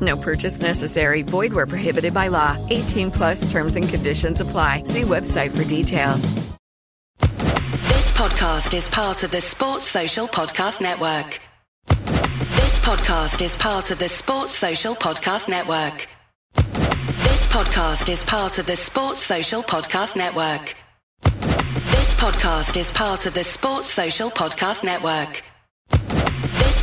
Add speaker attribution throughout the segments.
Speaker 1: No purchase necessary. Void where prohibited by law. 18 plus terms and conditions apply. See website for details.
Speaker 2: This podcast is part of the Sports Social Podcast Network. This podcast is part of the Sports Social Podcast Network. This podcast is part of the Sports Social Podcast Network. This podcast is part of the Sports Social Podcast Network. This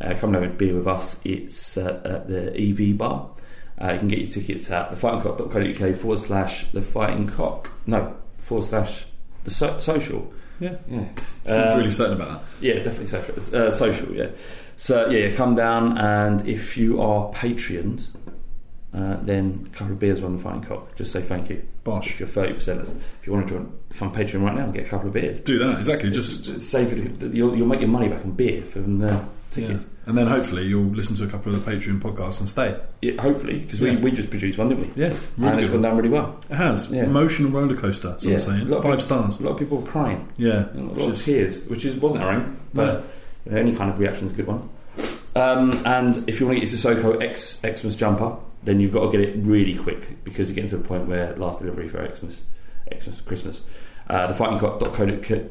Speaker 3: uh, come and have a beer with us. It's uh, at the EV bar. Uh, you can get your tickets at thefightingcock.co.uk forward slash the fighting cock. No, forward slash the so- social.
Speaker 4: yeah.
Speaker 3: Yeah,
Speaker 4: Sounds
Speaker 3: Um,
Speaker 4: really certain about that.
Speaker 3: yeah, definitely social. Uh, social, yeah. So yeah, come down, and if you are Patreons, uh, then a couple of beers on the fighting cock. Just say thank you.
Speaker 4: Bosh.
Speaker 3: If you're thirty percenters, if you want to join, become a Patreon right now and get a couple of beers.
Speaker 4: Do that exactly. Just,
Speaker 3: Save it. You'll, you'll make your money back on beer from the
Speaker 4: yeah.
Speaker 3: tickets.
Speaker 4: and then hopefully you'll listen to a couple of the Patreon podcasts and stay.
Speaker 3: Yeah, hopefully, because we,
Speaker 4: Yeah.
Speaker 3: we just produced one, didn't we?
Speaker 4: Yeah, really
Speaker 3: and it's
Speaker 4: good
Speaker 3: gone
Speaker 4: one.
Speaker 3: down really well.
Speaker 4: It has
Speaker 3: Yeah.
Speaker 4: emotional roller coaster. So I'm saying
Speaker 3: a lot of
Speaker 4: five
Speaker 3: people-
Speaker 4: stars.
Speaker 3: A lot of people were crying.
Speaker 4: Yeah,
Speaker 3: a lot of tears, which is wasn't our own, but
Speaker 4: No.
Speaker 3: you know, any kind of reaction is a good one. Um, and if you want to get your Sissoko X Xmas jumper, then you've got to get it really quick because you're getting to the point where last delivery for Xmas, Xmas, Christmas. Uh, thefightingcock.co.uk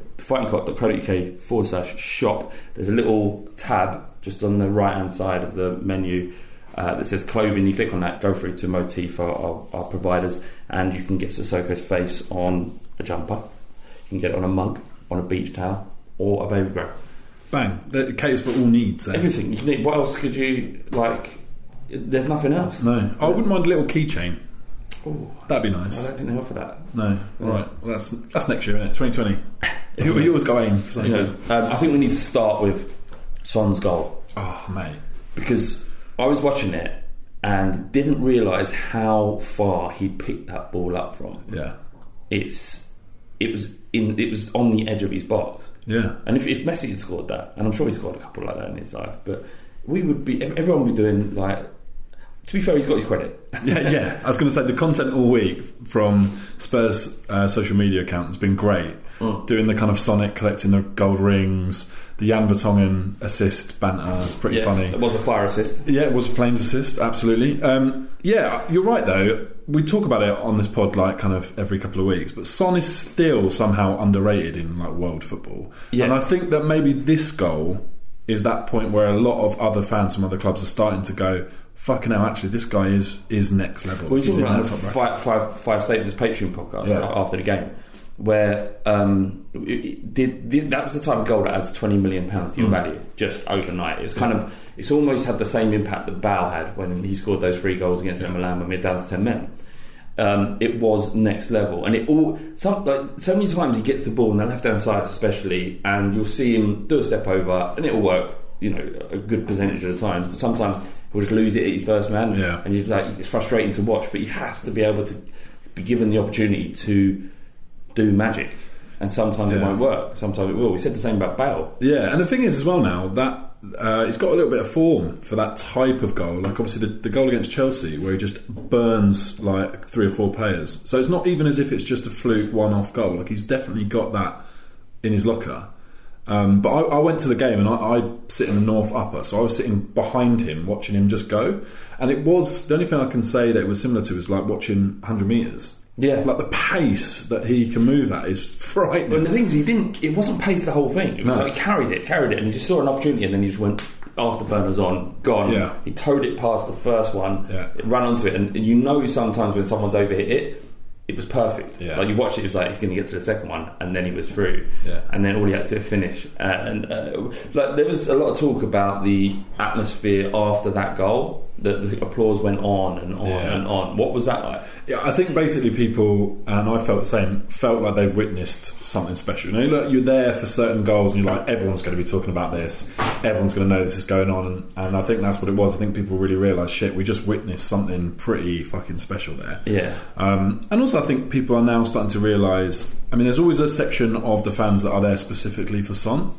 Speaker 3: thefightingcock.co.uk forward slash shop. There's a little tab just on the right hand side of the menu uh, that says clothing. You click on that, go through to Motif, our, our, our providers, and you can get Sissoko's face on a jumper. You can get it on a mug, on a beach towel, or a baby grow.
Speaker 4: Bang. That caters for all needs. eh? There.
Speaker 3: Everything. You can, eat- what else could you like? There's nothing else.
Speaker 4: No. I wouldn't mind a little keychain.
Speaker 3: Ooh,
Speaker 4: That'd be
Speaker 3: I
Speaker 4: nice.
Speaker 3: don't think they offer that.
Speaker 4: No. All right. Well, that's that's next year, isn't it? 2020. we, we always go aim for
Speaker 3: You
Speaker 4: something.
Speaker 3: know, um, I think we need to start with Son's goal.
Speaker 4: Oh, mate.
Speaker 3: because I was watching it and didn't realise how far he picked that ball up from.
Speaker 4: Yeah.
Speaker 3: It's it was in it was on the edge of his box.
Speaker 4: Yeah.
Speaker 3: And if, if Messi had scored that, and I'm sure he scored a couple like that in his life, but we would be ev- everyone would be doing like. To be fair, he's got his credit.
Speaker 4: Yeah, yeah. I was going to say the content all week from Spurs uh, social media account has been great. Doing the kind of Sonic collecting the gold rings, the Jan Vertonghen assist banter is pretty
Speaker 3: Yeah,
Speaker 4: funny.
Speaker 3: it was a fire assist.
Speaker 4: Yeah, it was a Flames assist, absolutely. Um, yeah, you're right though. We talk about it on this pod like kind of every couple of weeks, but Son is still somehow underrated in like world football.
Speaker 3: Yeah.
Speaker 4: And I think that maybe this goal is that point where a lot of other fans from other clubs are starting to go, fucking hell, actually this guy is is next level.
Speaker 3: We were
Speaker 4: He's
Speaker 3: talking
Speaker 4: in
Speaker 3: about
Speaker 4: the
Speaker 3: the
Speaker 4: top bracket."
Speaker 3: five, five, five statements Patreon podcast
Speaker 4: Yeah.
Speaker 3: a- after the game, where um, it- it- did, did, that was the type of goal that adds twenty million pounds
Speaker 4: Hmm.
Speaker 3: to your value just overnight. It was kind of it's almost had the same impact that Bow had when he scored those three goals against Inter Milan when we were down to ten men. Um, it was next level, and it all some like so many times he gets the ball on the left hand side, especially, and you'll see him do a step over, and it'll work. You know, a good percentage of the times, but sometimes he'll just lose it at his first man,
Speaker 4: Yeah.
Speaker 3: and it's like it's frustrating to watch, but he has to be able to be given the opportunity to do magic. And sometimes it
Speaker 4: Yeah.
Speaker 3: won't work. Sometimes it will. We said the same about Bale.
Speaker 4: Yeah, and the thing is as well now that uh, he's got a little bit of form for that type of goal. Like obviously the, the goal against Chelsea where he just burns like three or four players. So it's not even as if it's just a fluke one-off goal. Like he's definitely got that in his locker. Um, but I, I went to the game and I, I sit in the north upper, so I was sitting behind him watching him just go. And it was the only thing I can say that it was similar to is like watching 100 meters.
Speaker 3: Yeah.
Speaker 4: like the pace that he can move at is frightening.
Speaker 3: And the thing is, he didn't. It wasn't paced the whole thing. It was
Speaker 4: No.
Speaker 3: like he carried it, carried it, and he just saw an opportunity, and then he just went afterburners on, gone.
Speaker 4: Yeah.
Speaker 3: He towed it past the first one,
Speaker 4: Yeah.
Speaker 3: it ran onto it, and, and you know sometimes when someone's overhit it, it was perfect.
Speaker 4: Yeah.
Speaker 3: Like you watch it, it was like he's going to get to the second one, and then he was through.
Speaker 4: Yeah.
Speaker 3: And then all he had to do was finish. Uh, and uh, like there was a lot of talk about the atmosphere after that goal. That the applause went on and on
Speaker 4: Yeah.
Speaker 3: and on. What was that like?
Speaker 4: Yeah, I think basically people, and I felt the same, felt like they witnessed something special. You know, like you're there for certain goals, and you're like, everyone's going to be talking about this, everyone's going to know this is going on, and, and I think that's what it was. I think people really realised, shit, we just witnessed something pretty fucking special there.
Speaker 3: Yeah.
Speaker 4: Um, and also, I think people are now starting to realise. I mean, there's always a section of the fans that are there specifically for Son,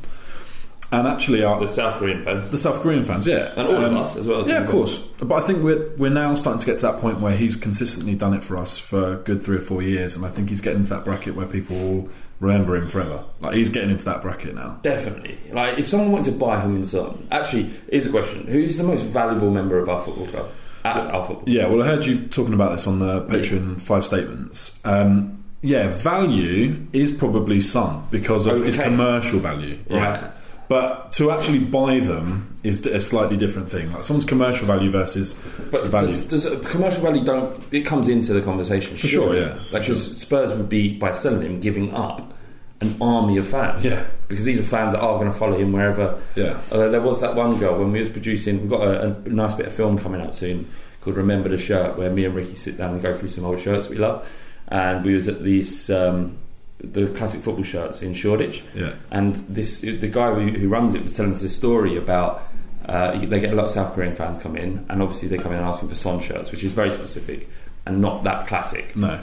Speaker 4: and actually, are
Speaker 3: The South Korean fan.
Speaker 4: the South Korean fans, yeah,
Speaker 3: And all of us as well, to
Speaker 4: Yeah,
Speaker 3: be
Speaker 4: of
Speaker 3: fair.
Speaker 4: course. But I think we're we're now starting to get to that point where he's consistently done it for us for a good three or four years, and I think he's getting into that bracket where people will remember him forever. Like he's getting into that bracket now.
Speaker 3: Definitely. Like, if someone wanted to buy Heung-min Son, actually, here's a question: Who's the most valuable member of our football club? At our football, club?
Speaker 4: Yeah. Well, I heard you talking about this on the Patreon five statements. Um, yeah, value is probably some because of its
Speaker 3: Okay.
Speaker 4: commercial value,
Speaker 3: Right.
Speaker 4: Yeah. But to actually buy them is a slightly different thing. Like someone's commercial value versus
Speaker 3: But
Speaker 4: value.
Speaker 3: does, does uh, commercial value don't? It comes into the conversation for
Speaker 4: sure, yeah.
Speaker 3: Like, 'cause Spurs would be by selling him giving up an army of fans.
Speaker 4: Yeah.
Speaker 3: Because these are fans that are going to follow him wherever.
Speaker 4: Yeah.
Speaker 3: Although there was that one girl when we was producing. We've got a, a nice bit of film coming out soon called Remember the Shirt, where me and Ricky sit down and go through some old shirts we love. And we was at this um, the classic football shirts in Shoreditch.
Speaker 4: Yeah.
Speaker 3: And this the guy who, who runs it was telling us this story about. Uh, they get a lot of South Korean fans come in, and obviously they come in asking for Son shirts, which is very specific and not that classic
Speaker 4: no.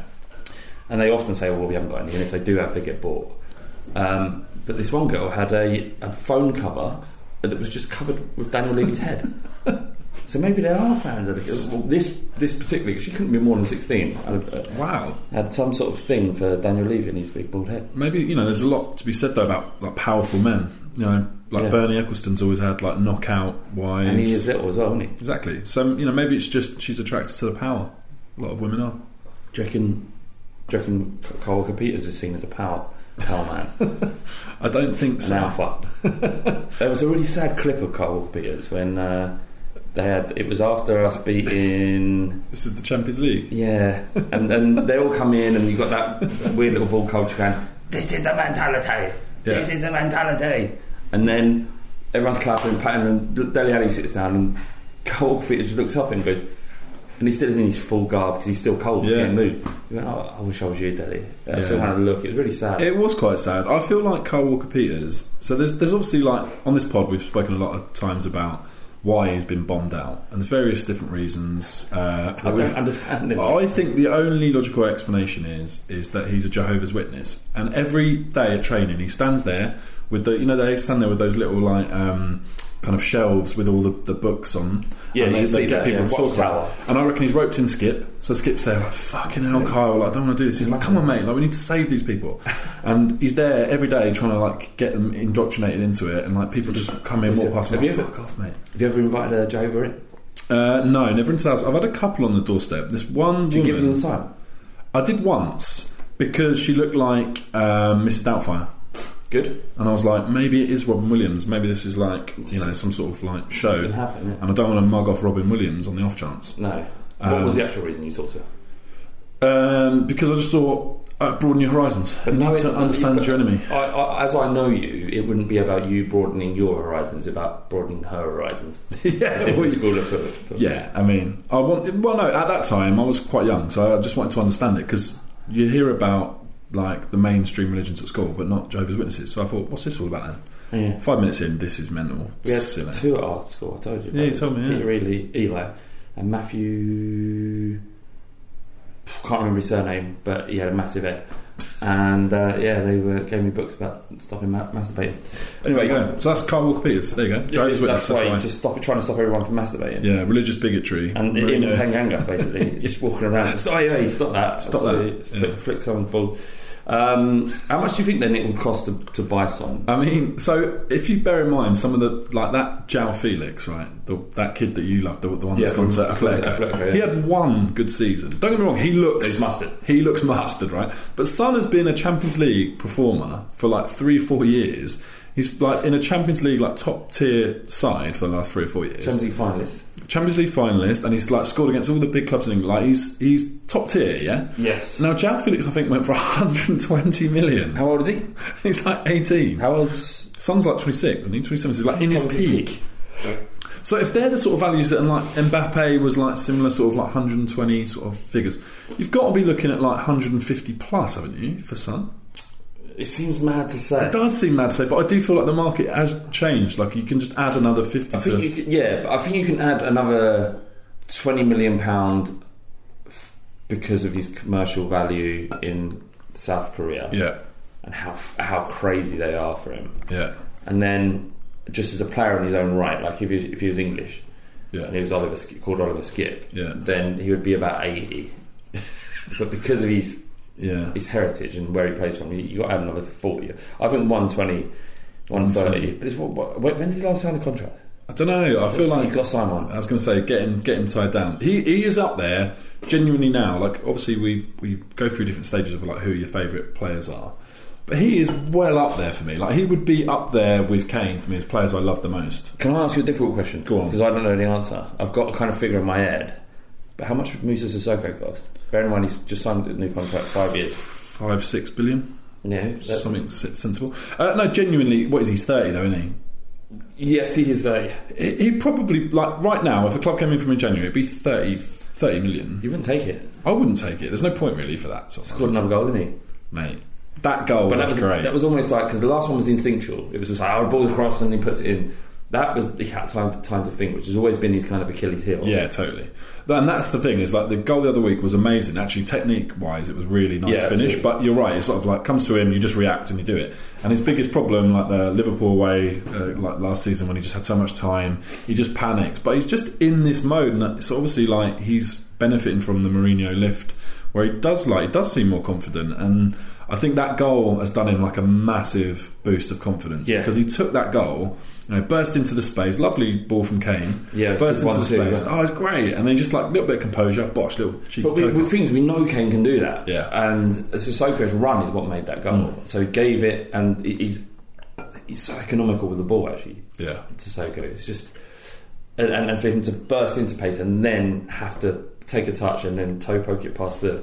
Speaker 3: and they often say, "Oh, "Well, we haven't got any," and if they do have, they get bought. Um, but this one girl had a, a phone cover that was just covered with Daniel Levy's head. So maybe there are fans of the, well, this this particular. She couldn't be more than sixteen. Had, uh,
Speaker 4: Wow.
Speaker 3: had some sort of thing for Daniel Levy and his big bald head.
Speaker 4: maybe you know there's a lot to be said though about like powerful men you know Like
Speaker 3: Yeah.
Speaker 4: Bernie Eccleston's always had like knockout wives.
Speaker 3: And he is little as well, isn't he?
Speaker 4: Exactly. So you know, maybe it's just she's attracted to the power. A lot of women are.
Speaker 3: Do you reckon, do you reckon Carl Walker Peters is seen as a power, power man?
Speaker 4: I don't think
Speaker 3: an
Speaker 4: so.
Speaker 3: alpha. there was a really sad clip of Carl Walker Peters when uh, they had. It was after us beating.
Speaker 4: This is the Champions League.
Speaker 3: Yeah, and then they all come in, and you've got that weird little ball culture going. This is the mentality. This
Speaker 4: Yeah.
Speaker 3: is the mentality. And then everyone's clapping, patting, and Deli Ali sits down, and Carl Walker Peters looks up and goes. And he's still in his full garb because he's still cold. He
Speaker 4: Yeah.
Speaker 3: didn't move. He went, oh, I wish I was you, Deli. I still
Speaker 4: Yeah.
Speaker 3: had a look. It was really sad.
Speaker 4: It was quite sad. I feel like Carl Walker Peters. So there's there's obviously like on this pod we've spoken a lot of times about why he's been bombed out and various different reasons. Uh,
Speaker 3: I don't understand it.
Speaker 4: I think the only logical explanation is is that he's a Jehovah's Witness, and every day at training he stands there with the you know they stand there with those little like um, kind of shelves with all the, the books on.
Speaker 3: Yeah, you
Speaker 4: and they,
Speaker 3: can see
Speaker 4: they get
Speaker 3: that,
Speaker 4: people
Speaker 3: yeah,
Speaker 4: to talk about.
Speaker 3: Watchtower.
Speaker 4: And I reckon he's roped in Skip. So Skip's there, like, fucking hell, Kyle, like, I don't want to do this. He's like, come on, mate, like, we need to save these people. And he's there every day trying to, like, get them indoctrinated into it. And, like, people just come in, walk past him,
Speaker 3: Have
Speaker 4: like,
Speaker 3: you
Speaker 4: fuck
Speaker 3: ever-
Speaker 4: off, mate.
Speaker 3: Have you ever invited a Jehovah in?
Speaker 4: Uh, no, never into the house. I've had a couple on the doorstep. This one
Speaker 3: Do you give
Speaker 4: woman-
Speaker 3: them the sign?
Speaker 4: I did once because she looked like um, Mrs. Doubtfire.
Speaker 3: Good.
Speaker 4: And I was like, maybe it is Robin Williams. Maybe this is like, you know, some sort of like show.
Speaker 3: gonna happen, yeah.
Speaker 4: And I don't want to mug off Robin Williams on the off chance.
Speaker 3: No. what
Speaker 4: Um,
Speaker 3: was the actual reason you talked to her?
Speaker 4: Um, because I just thought, uh, broaden your horizons. you need to understand your enemy.
Speaker 3: I, I, as I know you, it wouldn't be about you broadening your horizons, it's about broadening her horizons. A
Speaker 4: Yeah,
Speaker 3: different
Speaker 4: well,
Speaker 3: school of thought. for-
Speaker 4: Yeah, I mean, I want. Well, no, at that time I was quite young, so I just wanted to understand it because you hear about like the mainstream religions at school, but not Jehovah's Witnesses. So I thought, what's this all about then?
Speaker 3: Yeah.
Speaker 4: Five minutes in, this is mental.
Speaker 3: We had
Speaker 4: Silly.
Speaker 3: two at our school, I told you.
Speaker 4: Yeah, you told me, yeah.
Speaker 3: Peter Ely, Eli and Matthew. Can't remember his surname, but he had a massive head. And uh, yeah, they were gave me books about stopping ma- masturbating.
Speaker 4: Anyway, go. so that's Carl Walker Peters. There you go, Jehovah's
Speaker 3: that's
Speaker 4: Witness. That's
Speaker 3: why
Speaker 4: why.
Speaker 3: you just stop trying to stop everyone from masturbating.
Speaker 4: yeah, religious bigotry
Speaker 3: and
Speaker 4: Really,
Speaker 3: him and
Speaker 4: yeah.
Speaker 3: Tanganga basically just walking around. Just, oh yeah, stop that,
Speaker 4: Stop
Speaker 3: So
Speaker 4: that.
Speaker 3: he Flick,
Speaker 4: Yeah.
Speaker 3: flick someone's ball. Um, how much do you think then it would cost to, to buy some?
Speaker 4: I mean, so if you bear in mind some of the like that Jao Felix, right? The, that kid that you loved, the, the one that's
Speaker 3: Yeah,
Speaker 4: gone to
Speaker 3: from- from
Speaker 4: Atletico.
Speaker 3: Atletico, yeah.
Speaker 4: He had one good season. Don't get me wrong, he looks
Speaker 3: He's mustard.
Speaker 4: He looks mastered, right? But Son has been a Champions League performer for like three, four years. He's like in a Champions League like top tier side for the last three or four years.
Speaker 3: Champions League finalist.
Speaker 4: Champions League finalist, and he's like scored against all the big clubs in England. Like he's he's top tier, yeah.
Speaker 3: Yes.
Speaker 4: Now Jao Felix, I think, went for 120 million.
Speaker 3: How old is he?
Speaker 4: He's like 18.
Speaker 3: How old's
Speaker 4: Son's like 26, and he's 27, so he's like in his
Speaker 3: Probably
Speaker 4: peak.
Speaker 3: peak.
Speaker 4: So if they're the sort of values that, and like Mbappe was like similar sort of like 120 sort of figures, you've got to be looking at like 150 plus, haven't you, for Son?
Speaker 3: it seems mad to say.
Speaker 4: It does seem mad to say, but I do feel like the market has changed. Like you can just add another 50
Speaker 3: I
Speaker 4: to.
Speaker 3: think you could, yeah, but I think you can add another twenty million pound f- because of his commercial value in South Korea.
Speaker 4: yeah,
Speaker 3: and how f- how crazy they are for him.
Speaker 4: yeah,
Speaker 3: and then just as a player in his own right, like if he was, if he was English and he
Speaker 4: yeah.
Speaker 3: was Oliver Sk- called Oliver Skip,
Speaker 4: Yeah.
Speaker 3: then he would be about eighty. but because of his
Speaker 4: Yeah.
Speaker 3: his heritage and where he plays from, you, you got to have another forty. I think 120, 130. But it's, what, what, when did he last sign a contract?
Speaker 4: I don't know. I feel
Speaker 3: It's-
Speaker 4: like Um,
Speaker 3: you've got to sign one.
Speaker 4: I was going to say, get him, get him tied down. He, he is up there genuinely now. Like obviously, we we go through different stages of like who your favourite players are, but he is well up there for me. Like he would be up there with Kane for me as players I love the most.
Speaker 3: Can I ask you a difficult question?
Speaker 4: Go on.
Speaker 3: because I don't know the answer. I've got a kind of figure in my head. But how much would Musa Sissoko cost? Bear in mind he's just signed a new contract, five years.
Speaker 4: Five, six billion,
Speaker 3: No, that's-
Speaker 4: something s- sensible. Uh, no, genuinely, what is he? He's Thirty though, isn't he?
Speaker 3: yes, he is there.
Speaker 4: He- He probably like right now. If a club came in from in January, it'd be 30, 30 million.
Speaker 3: You wouldn't take it.
Speaker 4: I wouldn't take it. There's no point really for that. Sort of
Speaker 3: Scored another goal, didn't he?
Speaker 4: mate. That goal,
Speaker 3: But that
Speaker 4: Oh, that's
Speaker 3: was
Speaker 4: great.
Speaker 3: that was almost like because the last one was instinctual. It was just like "Oh, I ball across and he puts it in. That was he had time to time to think, which has always been his kind of Achilles heel.
Speaker 4: Yeah, totally. And that's the thing is like the goal the other week was amazing. Actually, technique wise, it was really nice
Speaker 3: Yeah,
Speaker 4: finish.
Speaker 3: absolutely.
Speaker 4: But you're right; it's sort of like comes to him, you just react and you do it. And his biggest problem, like the Liverpool away, uh, like last season when he just had so much time, he just panicked. But he's just in this mode, and it's obviously like he's benefiting from the Mourinho lift, where he does like he does seem more confident. And I think that goal has done him like a massive boost of confidence.
Speaker 3: Yeah.
Speaker 4: Because he took that goal, you know, burst into the space, lovely ball from Kane.
Speaker 3: Yeah, it's
Speaker 4: burst
Speaker 3: good
Speaker 4: into the
Speaker 3: one-two,
Speaker 4: space.
Speaker 3: yeah.
Speaker 4: Oh, it's great. And then just like a little bit of composure, bosh, little cheeky
Speaker 3: But we,
Speaker 4: toe
Speaker 3: we
Speaker 4: cup.
Speaker 3: things we know Kane can do that.
Speaker 4: Yeah. Mm.
Speaker 3: And Sissoko's run is what made that goal. So he gave it, and he- he's he's so economical with the ball actually.
Speaker 4: Yeah.
Speaker 3: Sissoko, it's just and, and, and for him to burst into pace and then have to take a touch and then toe poke it past the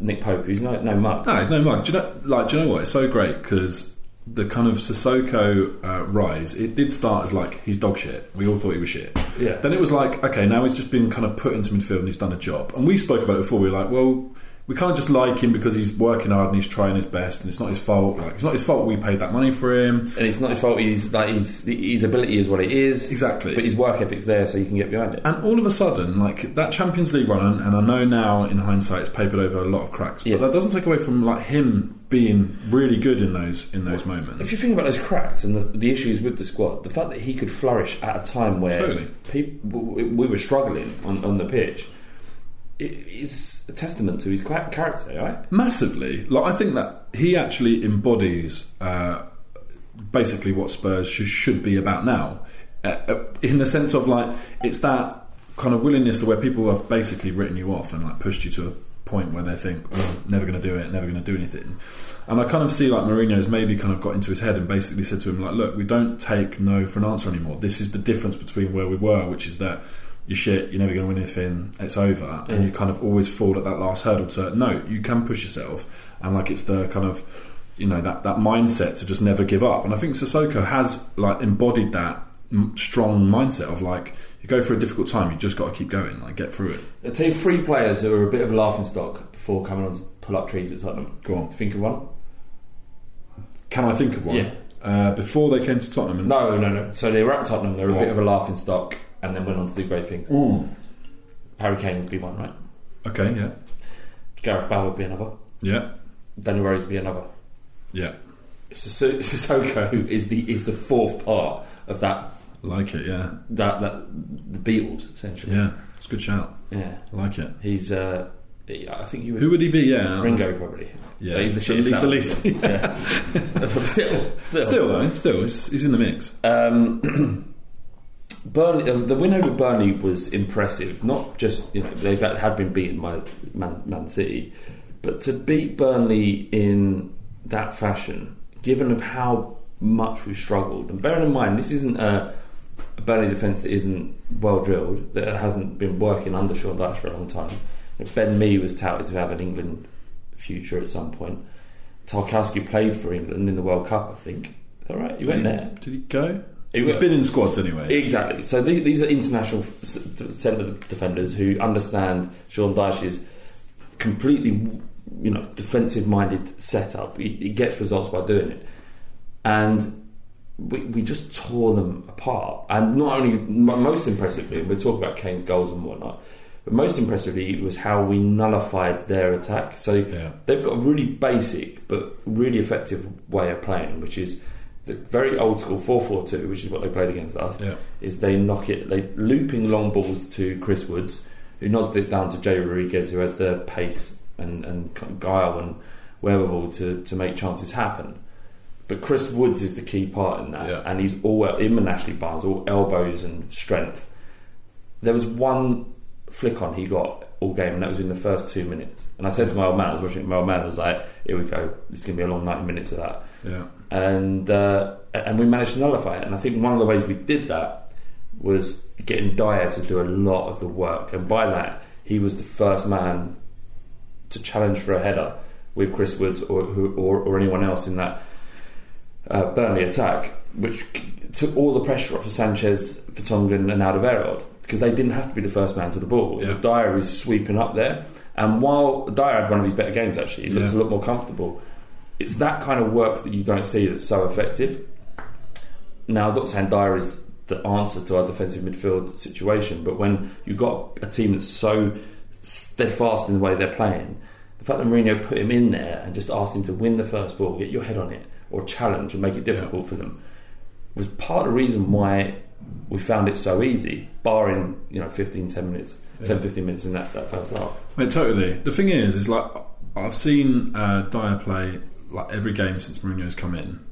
Speaker 3: Nick Pope, who's no no muck.
Speaker 4: No, it's no mug. Do you know, like, do you know what? It's so great because the kind of Sissoko uh, rise, it did start as like he's dog shit. We all thought he was shit.
Speaker 3: Yeah.
Speaker 4: Then it was like, okay, now he's just been kind of put into midfield and he's done a job. And we spoke about it before. We were like, well, we can't just like him because he's working hard and he's trying his best and it's not his fault. Like, it's not his fault we paid that money for him.
Speaker 3: And it's not his fault. He's like his his ability is what it is.
Speaker 4: Exactly.
Speaker 3: But his work ethic's there, so you can get behind it.
Speaker 4: And all of a sudden, like that Champions League run, and I know now in hindsight it's papered over a lot of cracks, but
Speaker 3: Yeah.
Speaker 4: that doesn't take away from like him being really good in those in those moments.
Speaker 3: If you think about those cracks and the, the issues with the squad, the fact that he could flourish at a time where
Speaker 4: Totally.
Speaker 3: people we were struggling on, on the pitch i- is a testament to his qua- character, right?
Speaker 4: Massively. Like I think that he actually embodies uh, basically what Spurs should, should be about now, uh, uh, in the sense of like it's that kind of willingness to where people have basically written you off and like pushed you to a point where they think oh, never going to do it, never going to do anything. And I kind of see like Mourinho's maybe kind of got into his head and basically said to him like, look, we don't take no for an answer anymore. This is the difference between where we were, which is that. You're shit, you're never going to win anything, it's over. And you kind of always fall at that last hurdle to, no, you can push yourself. And like it's the kind of you know that that mindset to just never give up. And I think Sissoko has like embodied that m- strong mindset of like you go through a difficult time, you just got to keep going, like get through it.
Speaker 3: I'll tell you three players who were a bit of a laughing stock before coming on to pull up trees at Tottenham.
Speaker 4: Go on.
Speaker 3: Think of one?
Speaker 4: Can I think of one?
Speaker 3: Yeah.
Speaker 4: Uh, before they came to Tottenham, and
Speaker 3: No, no, no. So they were at Tottenham, they were a
Speaker 4: Right.
Speaker 3: bit of a laughing stock and then went on to do great things.
Speaker 4: Mm.
Speaker 3: Harry Kane would be one, right?
Speaker 4: okay, yeah,
Speaker 3: Gareth Bale would be another.
Speaker 4: yeah,
Speaker 3: Danny Rose would be another.
Speaker 4: yeah,
Speaker 3: Sis- Sissoko is the is the fourth part of that
Speaker 4: like it, yeah,
Speaker 3: that that the Beatles essentially.
Speaker 4: yeah. It's a good shout.
Speaker 3: Yeah.
Speaker 4: I like it.
Speaker 3: He's uh, he- I think he would,
Speaker 4: Who would he be? Yeah,
Speaker 3: Ringo probably.
Speaker 4: Yeah.
Speaker 3: But he's the
Speaker 4: So
Speaker 3: shittest
Speaker 4: he's
Speaker 3: out
Speaker 4: the
Speaker 3: of
Speaker 4: least.
Speaker 3: them. yeah. But still, still, Uh,
Speaker 4: Still though, still, he's, he's in the mix.
Speaker 3: Um, Burnley, uh, the win over Burnley was impressive. Not just you know they have had been beaten by Man, Man City, but to beat Burnley in that fashion, given of how much we struggled, and bearing in mind this isn't a, a Burnley defence that isn't well drilled, that hasn't been working under Sean Dyche for a long time. Ben Mee was touted to have an England future at some point. Tarkowski played for England in the World Cup, I think. Is that right? You went there.
Speaker 4: Did he go?
Speaker 3: He
Speaker 4: he's
Speaker 3: went-
Speaker 4: been in squads anyway.
Speaker 3: Exactly. So the- these are international s- centre defenders who understand Sean Dyche's completely, you know, defensive-minded setup. He, he gets results by doing it, and we, we just tore them apart. And not only m- most impressively, we'll talk about Kane's goals and whatnot. But most impressively was how we nullified their attack. So
Speaker 4: Yeah.
Speaker 3: they've got a really basic but really effective way of playing, which is the very old school 4 4 2, which is what they played against us
Speaker 4: Yeah.
Speaker 3: is they knock it, they looping long balls to Chris Woods, who nods it down to Jay Rodriguez, who has the pace and, and guile and wherewithal to, to make chances happen. But Chris Woods is the key part in that,
Speaker 4: Yeah.
Speaker 3: and he's all him and Ashley Barnes, all elbows and strength. There was one flick on he got all game, and that was in the first two minutes. And I said to my old man, I was watching it, my old man was like, "Here we go, it's going to be a long ninety minutes of that."
Speaker 4: Yeah.
Speaker 3: and uh, and we managed to nullify it. And I think one of the ways we did that was getting Dyer to do a lot of the work, and by that he was the first man to challenge for a header with Chris Woods or who- or, or anyone else in that uh, Burnley attack, which c- took all the pressure off of Sanchez, Vertonghen, and Alderweireld because they didn't have to be the first man to the ball. It was
Speaker 4: Yeah.
Speaker 3: Dyer who's sweeping up there, and while Dyer had one of his better games actually, he looks a
Speaker 4: Yeah.
Speaker 3: lot more comfortable. It's that kind of work that you don't see that's so effective. Now, I'm not saying Dyer is the answer to our defensive midfield situation, but when you've got a team that's so steadfast in the way they're playing, the fact that Mourinho put him in there and just asked him to win the first ball, get your head on it, or challenge and make it difficult for them was part of the reason why we found it so easy, barring, you know, 15, 10 minutes, 10, 15 minutes in that, that first half.
Speaker 4: Mate, totally. The thing is, is like I've seen uh, Dyer play like every game since Mourinho's come in,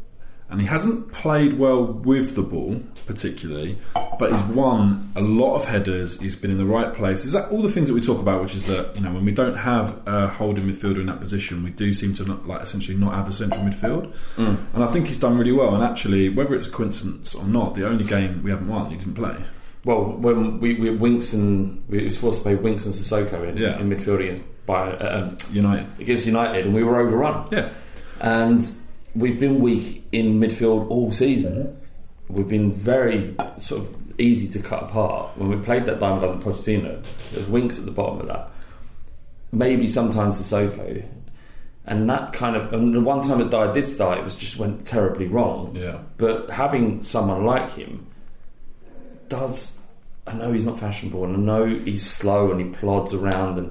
Speaker 4: and he hasn't played well with the ball particularly, but he's won a lot of headers. He's been in the right place. Is that all the things that we talk about? Which is that you know when we don't have a holding midfielder in that position, we do seem to not, like essentially not have a central midfield. And I think he's done really well. And actually, whether it's a coincidence or not, the only game we haven't won, he didn't play.
Speaker 3: Well, when we, we Winks and we were supposed to play Winks and Sissoko in,
Speaker 4: Yeah.
Speaker 3: in midfield against by uh, um,
Speaker 4: United.
Speaker 3: against United, and we were overrun.
Speaker 4: Yeah.
Speaker 3: and we've been weak in midfield all season. We've been very sort of easy to cut apart when we played that diamond under Pochettino. There's Winks at the bottom of that. Maybe sometimes Sissoko, and that kind of and the one time that Dyer did start, it was just went terribly wrong.
Speaker 4: Yeah.
Speaker 3: But having someone like him does. I know he's not fashionable, and I know he's slow and he plods around, and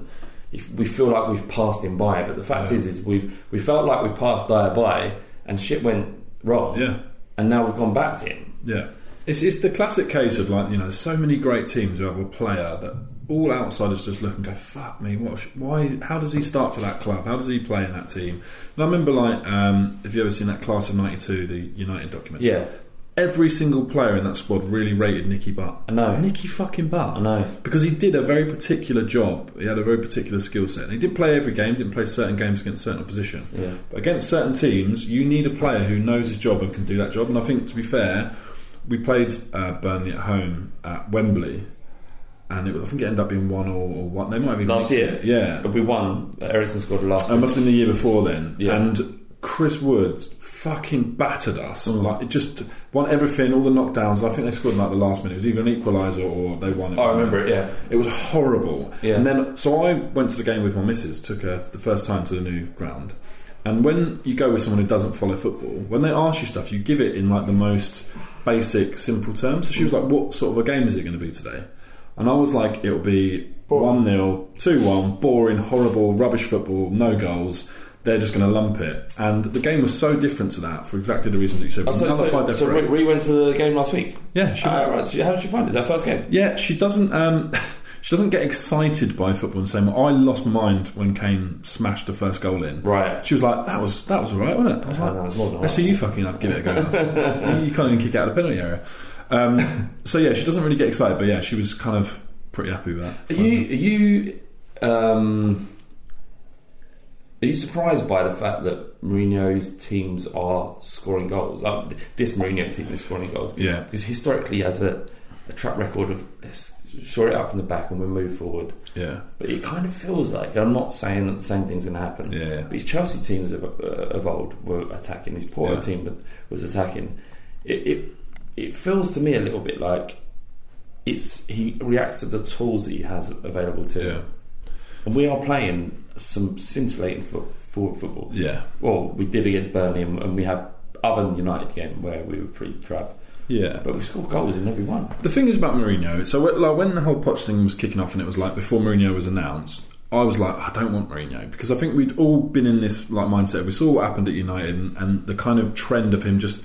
Speaker 3: if- we feel like we've passed him by. But the fact is, is we we felt like we passed Dyer by, and shit went wrong.
Speaker 4: Yeah.
Speaker 3: and now we've gone back to him.
Speaker 4: Yeah, it's it's the classic case of like you know so many great teams who have a player that all outsiders just look and go fuck me what sh- why how does he start for that club how does he play in that team and I remember like um, have you ever seen that class of '92 the United documentary
Speaker 3: Yeah.
Speaker 4: Every single player in that squad really rated Nicky Butt.
Speaker 3: I know.
Speaker 4: Nicky fucking Butt.
Speaker 3: I know.
Speaker 4: Because he did a very particular job. He had a very particular skill set. And he didn't play every game, didn't play certain games against certain opposition.
Speaker 3: Yeah.
Speaker 4: But against certain teams, you need a player who knows his job and can do that job. And I think, to be fair, we played uh, Burnley at home at Wembley. And it, was- I think it ended up being one or, or one. They might have even
Speaker 3: Last
Speaker 4: nicked
Speaker 3: year,
Speaker 4: it. Yeah. Um,
Speaker 3: but we won. Ericsson scored last.
Speaker 4: It
Speaker 3: week.
Speaker 4: must have been the year before then.
Speaker 3: Yeah.
Speaker 4: And Chris Wood fucking battered us. Like it just won everything, all the knockdowns. I think they scored in like the last minute. It was either an equaliser or they won it.
Speaker 3: I remember it, yeah.
Speaker 4: It was horrible.
Speaker 3: Yeah.
Speaker 4: And then so I went to the game with my missus, took her the first time to the new ground. And when you go with someone who doesn't follow football, when they ask you stuff, you give it in like the most basic, simple terms. So she was like, What sort of a game is it going to be today? And I was like, It'll be 1 0, 2 1, boring, horrible, rubbish football, no goals. They're just going to lump it. And the game was so different to that for exactly the reasons that you said.
Speaker 3: Oh, so, so,
Speaker 4: Another five-day
Speaker 3: so
Speaker 4: break.
Speaker 3: Ree, Ree went to the game last week.
Speaker 4: Yeah, she
Speaker 3: Ah,
Speaker 4: went.
Speaker 3: right. So how did you find it? Is that first game?
Speaker 4: Yeah, she doesn't. Um, she doesn't get excited by football and say, "Well, "I lost my mind when Kane smashed the first goal in."
Speaker 3: Right.
Speaker 4: She was like, "That was that was all right, wasn't it?" I was
Speaker 3: Oh,
Speaker 4: like,
Speaker 3: no, it was more than all
Speaker 4: "Let's
Speaker 3: right."
Speaker 4: see you fucking. I'd give it a go." you you can't even kick out of the penalty area. Um, so yeah, she doesn't really get excited, but yeah, she was kind of pretty happy with that.
Speaker 3: Are you are you um, are you surprised by the fact that Mourinho's teams are scoring goals? Uh, this Mourinho team is scoring goals.
Speaker 4: Yeah.
Speaker 3: because historically he has a, a track record of let's shore it up from the back and we move forward.
Speaker 4: Yeah,
Speaker 3: But it kind of feels like I'm not saying that the same thing's going to happen.
Speaker 4: Yeah.
Speaker 3: But his Chelsea teams of, uh, of old were attacking. His Porto
Speaker 4: Yeah.
Speaker 3: team that was attacking. It, it it feels to me a little bit like it's he reacts to the tools that he has available to
Speaker 4: yeah,
Speaker 3: him. And we are playing some scintillating fo- forward football.
Speaker 4: yeah,
Speaker 3: Well, we did against Burnley, and, and we have other than United game where we were pretty crap.
Speaker 4: yeah.
Speaker 3: But we scored goals in every one.
Speaker 4: The thing is about Mourinho. So when- like when the whole Poch thing was kicking off, and it was like before Mourinho was announced, I was like, I don't want Mourinho because I think we'd all been in this like mindset. We saw what happened at United, and, and the kind of trend of him just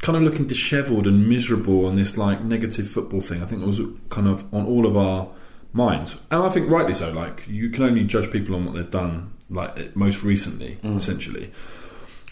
Speaker 4: kind of looking dishevelled and miserable on this like negative football thing. I think it was kind of on all of our minds, and I think rightly so. Like you can only judge people on what they've done like most recently, essentially.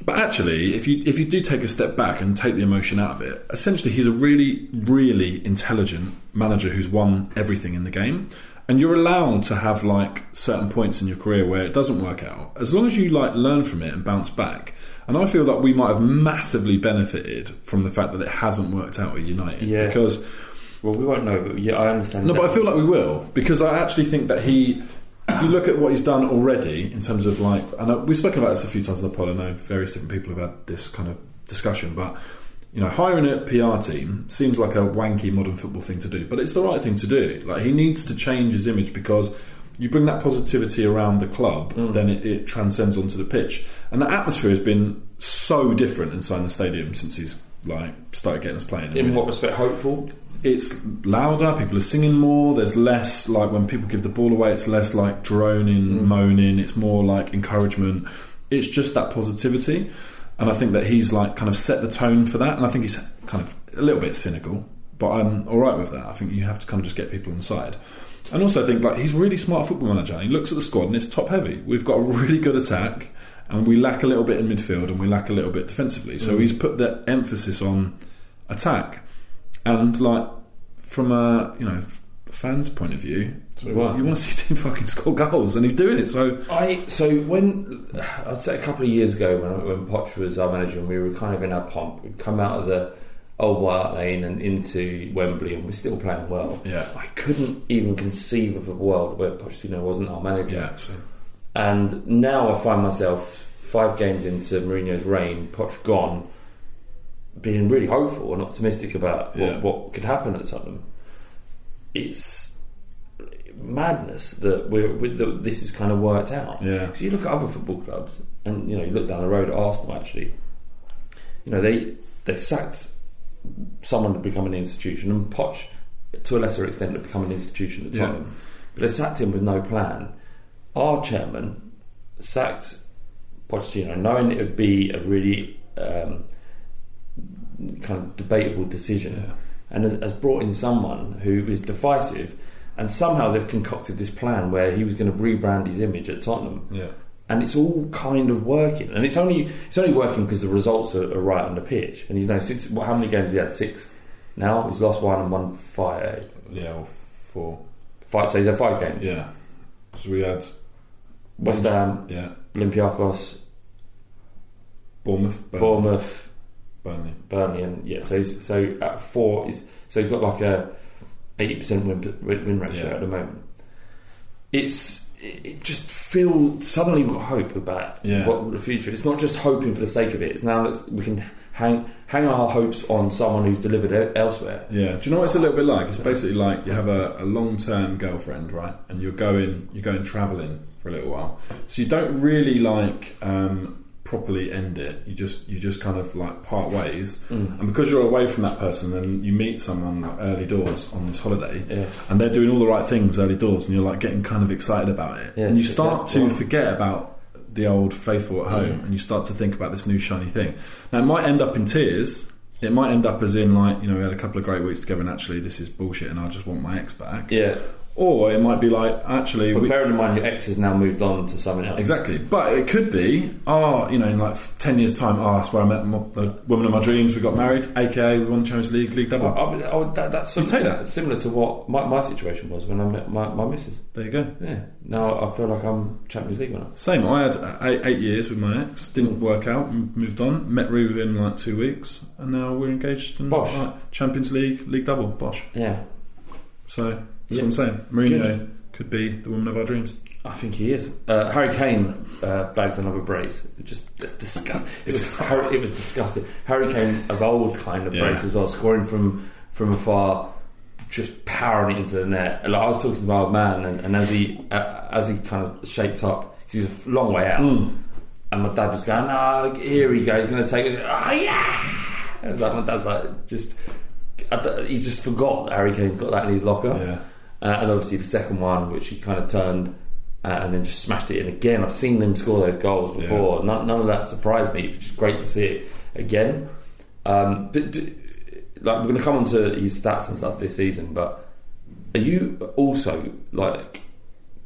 Speaker 4: But actually, if you if you do take a step back and take the emotion out of it, essentially he's a really really intelligent manager who's won everything in the game. And you're allowed to have like certain points in your career where it doesn't work out, as long as you like learn from it and bounce back. And I feel that we might have massively benefited from the fact that it hasn't worked out at United
Speaker 3: Yeah.
Speaker 4: because
Speaker 3: Well, we won't know, but yeah, I understand.
Speaker 4: no,
Speaker 3: that.
Speaker 4: but I feel like we will because I actually think that he. If you look at what he's done already in terms of like, and I- we've spoken about this a few times on the pod. I know various different people have had this kind of discussion, but you know, hiring a PR team seems like a wanky modern football thing to do, but it's the right thing to do. Like he needs to change his image because you bring that positivity around the club,
Speaker 3: Mm.
Speaker 4: then it, it transcends onto the pitch, and the atmosphere has been so different inside the stadium since he's like started getting us playing.
Speaker 3: in what respect, hopeful.
Speaker 4: it's louder, people are singing more, there's less like when people give the ball away, it's less like droning, moaning, it's more like encouragement. It's just that positivity. And I think that he's like kind of set the tone for that. And I think he's kind of a little bit cynical, But I'm all right with that. I think you have to kind of just get people inside. And also, I think like he's a really smart football manager. He looks at the squad and it's top heavy. We've got a really good attack, and we lack a little bit in midfield, and we lack a little bit defensively. So he's put the emphasis on attack, and like from a you know fans' point of view, you
Speaker 3: what?
Speaker 4: want to see him fucking score goals, and he's doing it. So
Speaker 3: I so when I'd say a couple of years ago when when Poch was our manager and we were kind of in our pomp, we'd come out of the old White Hart Lane and into Wembley and we're still playing well.
Speaker 4: Yeah.
Speaker 3: I couldn't even conceive of a world where Pochettino wasn't our manager.
Speaker 4: yeah, so
Speaker 3: And now I find myself five games into Mourinho's reign, Poch gone, being really hopeful and optimistic about what,
Speaker 4: Yeah.
Speaker 3: what could happen at Tottenham. It's madness that we're with the, this is kind of worked out.
Speaker 4: Yeah.
Speaker 3: So you look at other football clubs, and you know you look down the road at Arsenal. Actually, you know they they sacked someone to become an institution, and Poch, to a lesser extent, to become an institution at
Speaker 4: Yeah.
Speaker 3: Tottenham. But they sacked him with no plan. Our chairman sacked Pochettino, knowing it would be a really um, kind of debatable decision, and has, has brought in someone who is divisive. And somehow they've concocted this plan where he was going to rebrand his image at Tottenham
Speaker 4: yeah.
Speaker 3: and it's all kind of working. And it's only it's only working because the results are, are right on the pitch. And he's now since what, how many games has he had six now? He's lost one and won five.
Speaker 4: Yeah, or four.
Speaker 3: Five so he's had five games.
Speaker 4: Yeah. So we had
Speaker 3: West Ham,
Speaker 4: yeah,
Speaker 3: Olympiacos,
Speaker 4: Bournemouth, Burnley,
Speaker 3: Bournemouth,
Speaker 4: Burnley.
Speaker 3: Burnley, and yeah. So he's, so at four, he's, so he's got like a eighty percent win win ratio
Speaker 4: Yeah.
Speaker 3: at the moment. It's it it just feels suddenly we've got hope about
Speaker 4: Yeah.
Speaker 3: what the future. It's not just hoping for the sake of it. It's now that we can hang hang our hopes on someone who's delivered e- elsewhere.
Speaker 4: Yeah. Do you know what it's a little bit like? It's basically like you have a, a long term girlfriend, right? And you're going you're going travelling for a little while. So you don't really like um, properly end it. You just you just kind of like part ways.
Speaker 3: Mm.
Speaker 4: And because you're away from that person then you meet someone like early doors on this holiday
Speaker 3: Yeah.
Speaker 4: and they're doing all the right things early doors and you're like getting kind of excited about it.
Speaker 3: Yeah,
Speaker 4: and you
Speaker 3: it's
Speaker 4: start
Speaker 3: that
Speaker 4: to
Speaker 3: one.
Speaker 4: forget about the old faithful
Speaker 3: Mm.
Speaker 4: at home and you start to think about this new shiny thing. Now, it might end up in tears. It might end up as in, like, you know, we had a couple of great weeks together and actually this is bullshit and I just want my ex back.
Speaker 3: Yeah.
Speaker 4: Or it might be like, actually,
Speaker 3: But
Speaker 4: we,
Speaker 3: bearing in mind your ex has now moved on to something else.
Speaker 4: Exactly, but it could be, oh, you know, in like 10 years' time, oh, that's where I met my, the woman of my dreams, we got married, aka we won the Champions League, League
Speaker 3: I,
Speaker 4: Double.
Speaker 3: I, would- I would- that, that's
Speaker 4: You
Speaker 3: similar,
Speaker 4: take that.
Speaker 3: similar to what my, my situation was when I met my, my missus.
Speaker 4: There you go.
Speaker 3: Yeah. Now I feel like I'm Champions League winner.
Speaker 4: Same. I had uh, eight, eight years with my ex. Didn't work out. m- Moved on. Met Rue within like two weeks, and now we're engaged in
Speaker 3: Bosh.
Speaker 4: like, Champions League, league double. Bosh.
Speaker 3: Yeah.
Speaker 4: So that's
Speaker 3: Yeah.
Speaker 4: what I'm saying. Mourinho could be the woman of our dreams.
Speaker 3: I think he is. Uh, Harry Kane uh, bags another brace. It just it's disgust. It was Harry- it was disgusting. Harry Kane of old kind of
Speaker 4: Yeah.
Speaker 3: brace as well, scoring from from afar, just powering it into the net. Like I was talking to my old man, and, and as he uh, as he kind of shaped up, 'cause he was a long way out, and my dad was going, "No, here he goes, he's going to take it." Oh yeah! I was like, my dad's like, just I don't- he's just forgot that Harry Kane's got that in his locker. Uh, and obviously the second one, which he kind of turned uh, and then just smashed it in again. I've seen them score those goals before. None, none of that surprised me, which is great to see it again. Um, but do, like we're going to come on to his stats and stuff this season, but are you also like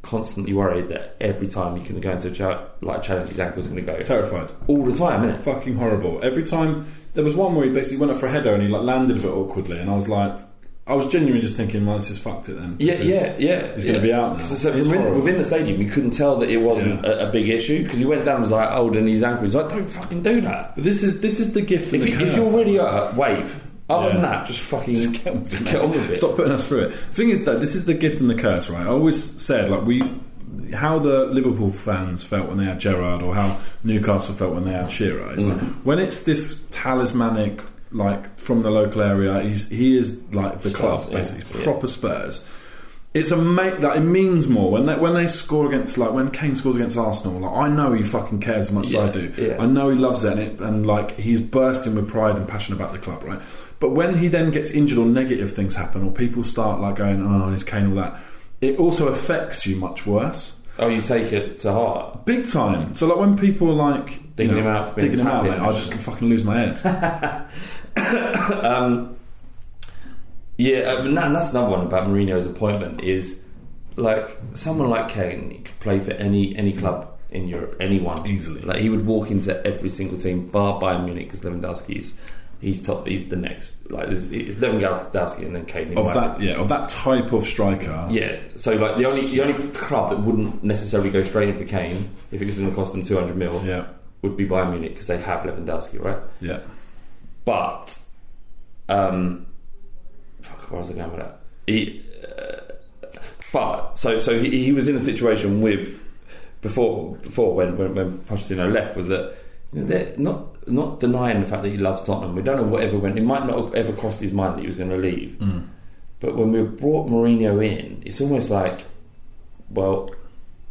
Speaker 3: constantly worried that every time he can go into a cha- like challenge, his ankle's going to go
Speaker 4: Terrified.
Speaker 3: all the time, innit?
Speaker 4: Fucking horrible. Every time there was one where he basically went up for a header and he like landed a bit awkwardly, and I was like, I was genuinely just thinking, well, this is fucked it then.
Speaker 3: Yeah,
Speaker 4: because
Speaker 3: yeah, yeah.
Speaker 4: He's
Speaker 3: yeah.
Speaker 4: going to be out now.
Speaker 3: So, so
Speaker 4: It's
Speaker 3: within,
Speaker 4: horrible.
Speaker 3: within the stadium, you couldn't tell that it wasn't
Speaker 4: Yeah.
Speaker 3: a, a big issue because he went down and was like, oh, and his ankle. He's like, don't fucking do that.
Speaker 4: But this is this is the
Speaker 3: If,
Speaker 4: gift. and
Speaker 3: you,
Speaker 4: the
Speaker 3: if
Speaker 4: curse.
Speaker 3: you're really hurt, wave. Other than
Speaker 4: Yeah.
Speaker 3: that, just fucking
Speaker 4: Just get on with it.
Speaker 3: get on with it.
Speaker 4: Stop putting us through it. The thing is that this is the gift and the curse, right? I always said like we, how the Liverpool fans felt when they had Gerrard, or how Newcastle felt when they had Shearer. It's like
Speaker 3: Mm.
Speaker 4: when it's this talismanic, like from the local area, he's he is like the
Speaker 3: Spurs,
Speaker 4: club
Speaker 3: yeah.
Speaker 4: basically, He's
Speaker 3: Yeah.
Speaker 4: proper Spurs. It's a make that it means more when they when they score against like when Kane scores against Arsenal. Like I know he fucking cares as much
Speaker 3: Yeah,
Speaker 4: as I do.
Speaker 3: yeah.
Speaker 4: I know he loves it, and, it, and like he's bursting with pride and passion about the club, right? But when he then gets injured or negative things happen, or people start like going, "Oh, he's Kane," all that, it also affects you much worse,
Speaker 3: Oh, you take it to heart.
Speaker 4: big time. So like when people are like
Speaker 3: Digging him out for being
Speaker 4: digging him out,
Speaker 3: tapping.
Speaker 4: mate, I just fucking lose my head.
Speaker 3: Yeah, I mean, that, and that's another one about Mourinho's appointment is like someone like Kane could play for any any club in Europe, anyone
Speaker 4: Easily.
Speaker 3: Like he would walk into every single team, bar Bayern Munich, because Lewandowski's he's top, he's the next. Like it's it's Lewandowski and then Kane.
Speaker 4: Of
Speaker 3: Right.
Speaker 4: that, yeah, of that type of striker.
Speaker 3: Yeah, so like the only the only club that wouldn't necessarily go straight in for Kane if it was going to cost them two hundred mil
Speaker 4: yeah,
Speaker 3: would be Bayern Munich because they have Lewandowski, right?
Speaker 4: yeah.
Speaker 3: But, um, fuck, where was I going with that? He, uh, but so so he, he was in a situation with before before when when, when Pochettino left with that. You know, they're not not denying the fact that he loves Tottenham. We don't know whatever went. It might not have ever crossed his mind that he was going to leave. But when we brought Mourinho in, it's almost like, well,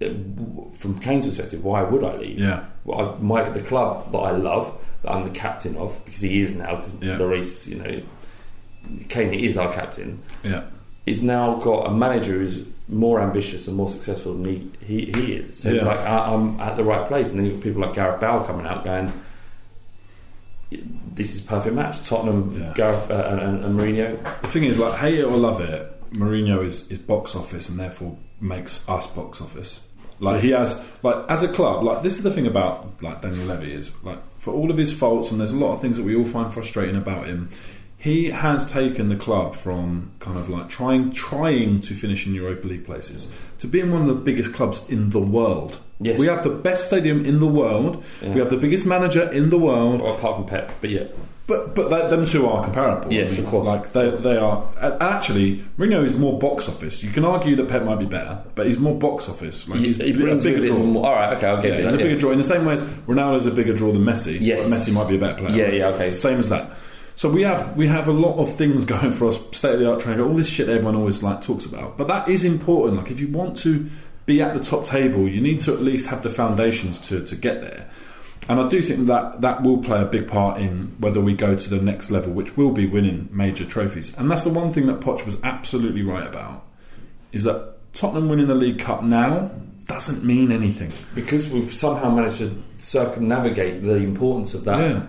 Speaker 3: uh, w- from Kane's perspective, why would I leave?
Speaker 4: Yeah.
Speaker 3: well, I, my, the club that I love, that I'm the captain of, because he is now, because
Speaker 4: Yeah.
Speaker 3: Lloris, you know, Kane is our captain,
Speaker 4: Yeah.
Speaker 3: is now got a manager who's more ambitious and more successful than he, he, he is. So it's
Speaker 4: Yeah.
Speaker 3: like, I, I'm at the right place. And then you've got people like Gareth Bale coming out going, this is a perfect match. Tottenham,
Speaker 4: Yeah.
Speaker 3: Gareth, uh, and, and, and Mourinho.
Speaker 4: The thing is, like, hate it or love it, Mourinho is, is box office and therefore makes us box office. Like he has, like as a club, like this is the thing about like Daniel Levy is like for all of his faults and there's a lot of things that we all find frustrating about him. He has taken the club from kind of like trying trying to finish in Europa League places to being one of the biggest clubs in the world.
Speaker 3: Yes.
Speaker 4: We have the best stadium in the world.
Speaker 3: Yeah.
Speaker 4: We have the biggest manager in the world.
Speaker 3: Well, apart from Pep, but yeah.
Speaker 4: But but that, them two are comparable.
Speaker 3: Yes,
Speaker 4: I mean,
Speaker 3: of course.
Speaker 4: Like they, they are and actually Mourinho is more box office. You can argue that Pep might be better, but he's more box office. Like he's
Speaker 3: He brings
Speaker 4: a bigger
Speaker 3: with him
Speaker 4: draw.
Speaker 3: more- all right, okay, I'll give
Speaker 4: yeah,
Speaker 3: you
Speaker 4: he's
Speaker 3: that,
Speaker 4: a bigger
Speaker 3: yeah.
Speaker 4: draw in the same way as Ronaldo's a bigger draw than Messi.
Speaker 3: Yes.
Speaker 4: but Messi might be a better player.
Speaker 3: Yeah, yeah, okay.
Speaker 4: Same as that. So we have we have a lot of things going for us. State of the art trainer, all this shit that everyone always like talks about. But that is important. Like if you want to be at the top table, you need to at least have the foundations to, to get there. And I do think that that will play a big part in whether we go to the next level, which will be winning major trophies. And that's the one thing that Poch was absolutely right about is that Tottenham winning the League Cup now doesn't mean anything.
Speaker 3: Because we've somehow managed to circumnavigate the importance of that
Speaker 4: Yeah.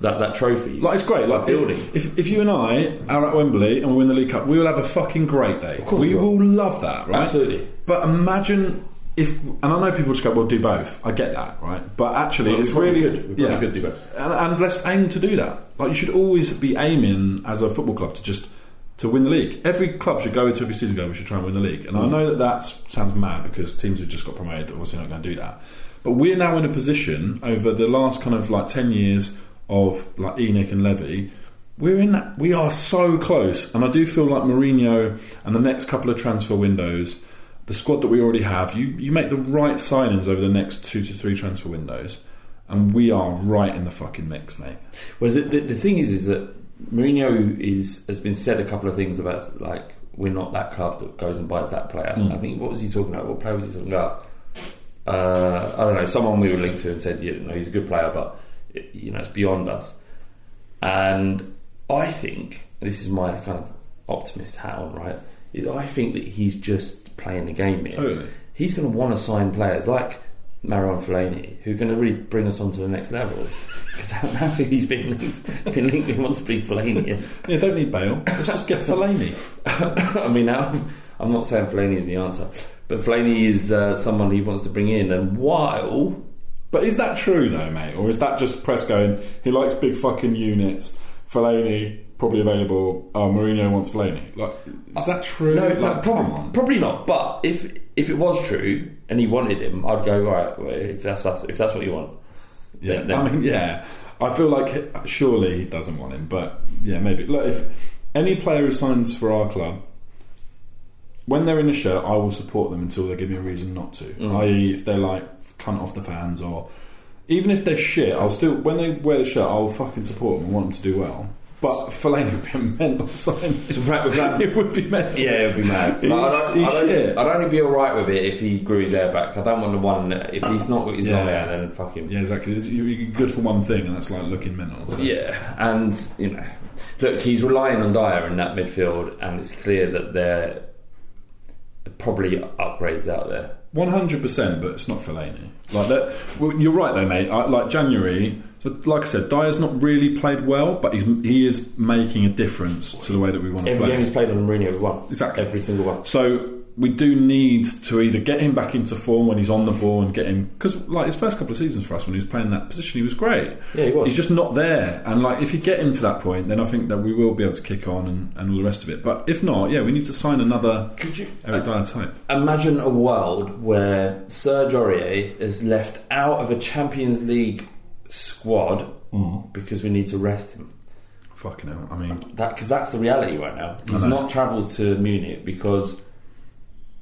Speaker 3: that, that trophy.
Speaker 4: Like it's great, like
Speaker 3: Building.
Speaker 4: If, if you and I are at Wembley and we win the League Cup, we will have a fucking great day. Of
Speaker 3: course
Speaker 4: we
Speaker 3: we will.
Speaker 4: will. love that, right?
Speaker 3: Absolutely.
Speaker 4: But imagine if, and I know people just go, "Well, do both." I get that, right? But actually,
Speaker 3: Well, we
Speaker 4: it's
Speaker 3: probably
Speaker 4: really
Speaker 3: should. We probably
Speaker 4: yeah.
Speaker 3: could do both.
Speaker 4: and, and let's aim to do that. Like you should always be aiming as a football club to just to win the league. Every club should go into every season go. We should try and win the league. And I know that that sounds mad because teams who just got promoted are obviously not going to do that. But we're now in a position over the last kind of like ten years of like Enoch and Levy. We're in that. We are so close, and I do feel like Mourinho and the next couple of transfer windows, the squad that we already have. You you make the right signings over the next two to three transfer windows, and we are right in the fucking mix, mate.
Speaker 3: Well, the, the, the thing is, is that Mourinho is has been said a couple of things about like we're not that club that goes and buys that player. I think what was he talking about? What player was he talking about? Uh, I don't know. Someone we were linked to and said, you know, he's a good player, but it, you know, it's beyond us. And I think this is my kind of optimist hat on, right? Is I think that he's just playing the game here.
Speaker 4: Totally.
Speaker 3: He's going to want to sign players like Marion Fellaini, who are going to really bring us on to the next level. Because that's who he's been linked. Been linked. He wants to be Fellaini.
Speaker 4: Yeah, don't need bail. Let's just get Fellaini.
Speaker 3: I mean, now I'm not saying Fellaini is the answer, but Fellaini is uh, someone he wants to bring in. And while
Speaker 4: But is that true though, mate? Or is that just press going? He likes big fucking units. Fellaini probably available. Oh, Mourinho wants Fellaini. Like, is that true?
Speaker 3: No,
Speaker 4: like,
Speaker 3: no,
Speaker 4: come on.
Speaker 3: probably, probably not. But if if it was true and he wanted him, I'd go right. Well, if that's, that's if that's what you want,
Speaker 4: Yeah,
Speaker 3: then, then
Speaker 4: I mean, yeah. I feel like he- surely he doesn't want him, but yeah, maybe. Look, if any player who signs for our club, when they're in a shirt, I will support them until they give me a reason not to.
Speaker 3: Mm.
Speaker 4: I.e., if they're like cunt off the fans, or even if they're shit, I'll still when they wear the shirt, I'll fucking support them and want them to do well. But Fellaini would be a mental sign.
Speaker 3: It's ra- ra-
Speaker 4: it would be mental.
Speaker 3: yeah, it'd be mad.
Speaker 4: He's-
Speaker 3: Like, I'd,
Speaker 4: he's
Speaker 3: I'd, only,
Speaker 4: shit.
Speaker 3: I'd only be all right with it if he grew his hair back. I don't want the one that- if he's not he's not
Speaker 4: Yeah.
Speaker 3: there, then fuck him.
Speaker 4: Yeah, exactly. You- You're good for one thing, and that's like looking mental. so.
Speaker 3: Yeah, and you know, look, he's relying on Dyer in that midfield, and it's clear that there are probably upgrades out there.
Speaker 4: One hundred percent, but it's not Fellaini. Like that, well, you're right though, mate. I, like January, But like I said, Dyer's not really played well, but he's, he is making a difference to the way that we want to
Speaker 3: Every
Speaker 4: play.
Speaker 3: game he's played on Mourinho, we won.
Speaker 4: Exactly.
Speaker 3: Every single one.
Speaker 4: So we do need to either get him back into form when he's on the ball and get him because like his first couple of seasons for us when he was playing that position, he was great.
Speaker 3: Yeah, he was.
Speaker 4: He's just not there, and like if you get him to that point, then I think that we will be able to kick on and, and all the rest of it. But if not, yeah, we need to sign another
Speaker 3: Could you- uh,
Speaker 4: Eric Dyer type.
Speaker 3: Imagine a world where Serge Aurier is left out of a Champions League squad
Speaker 4: Mm.
Speaker 3: because we need to rest him.
Speaker 4: Fucking hell! I mean,
Speaker 3: That because that's the reality right now. He's
Speaker 4: know.
Speaker 3: not travelled to Munich because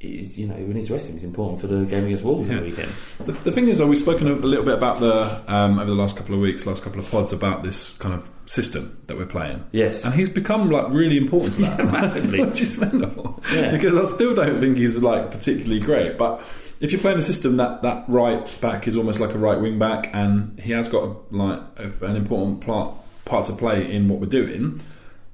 Speaker 3: he's you know we need to rest him. He's important for the game against Wolves on the
Speaker 4: Yeah.
Speaker 3: weekend.
Speaker 4: the, the thing is, though, we've spoken a little bit about the um, over the last couple of weeks, last couple of pods about this kind of system that we're playing.
Speaker 3: Yes.
Speaker 4: and he's become like really important to that
Speaker 3: massively.
Speaker 4: which is mental.
Speaker 3: Yeah.
Speaker 4: Because I still don't think he's like particularly great. But if you're playing a system that that right back is almost like a right wing back, and he has got a, like a, an important part part to play in what we're doing,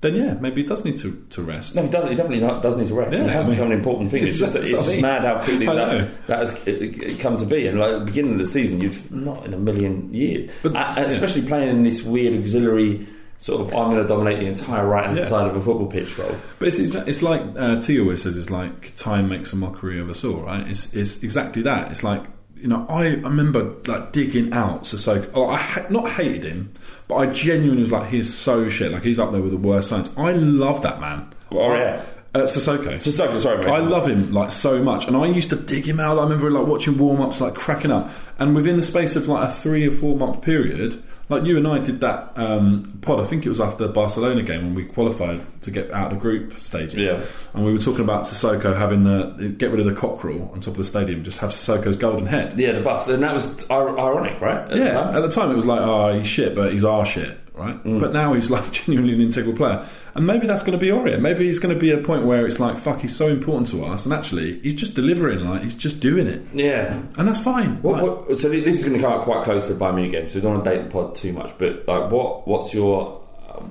Speaker 4: then yeah, maybe he does need to to rest.
Speaker 3: No, he, does, he definitely not, does need to rest.
Speaker 4: Yeah,
Speaker 3: it has
Speaker 4: I mean-
Speaker 3: become an important thing. It's just,
Speaker 4: That's
Speaker 3: it's
Speaker 4: what I
Speaker 3: just
Speaker 4: mean.
Speaker 3: mad how quickly
Speaker 4: I know.
Speaker 3: that, that has it- it come to be. And like at the beginning of the season, you'd not in a million years.
Speaker 4: But-
Speaker 3: A- and
Speaker 4: yeah.
Speaker 3: especially playing in this weird auxiliary sort of I'm going to dominate the entire right hand
Speaker 4: Yeah.
Speaker 3: side of a football pitch role.
Speaker 4: But it's, it's, it's like uh, T always says, it's like time makes a mockery of us all, right? It's, it's exactly that. It's like, you know, I, I remember like digging out Sissoko. Oh, I ha- not hated him, but I genuinely was like, he's so shit. Like, he's up there with the worst signs. I love that man.
Speaker 3: Oh, yeah.
Speaker 4: Uh, Sissoko.
Speaker 3: Sissoko, sorry, mate.
Speaker 4: I love him like so much, and I used to dig him out. I remember like watching warm ups, like cracking up. And within the space of like a three or four month period, like you and I did that um, pod. I think it was after the Barcelona game when we qualified to get out of the group stages.
Speaker 3: Yeah.
Speaker 4: And we were talking about Sissoko having the get rid of the cockerel on top of the stadium, just have Sissoko's golden head.
Speaker 3: Yeah, the bus. And that was ir- ironic, right? At the
Speaker 4: Yeah,
Speaker 3: time. Mm.
Speaker 4: at the time it was like, oh, he's shit, but he's our shit, right? But now he's like genuinely an integral player. And maybe that's going to be Aurier. Maybe it's going to be a point where it's like, fuck, he's so important to us. And actually, he's just delivering, like, he's just doing it.
Speaker 3: Yeah.
Speaker 4: And that's fine.
Speaker 3: What,
Speaker 4: Like,
Speaker 3: what, so this is going to come out quite close to the Bayern Munich game, so we don't want to date the pod too much. But like, what what's your um,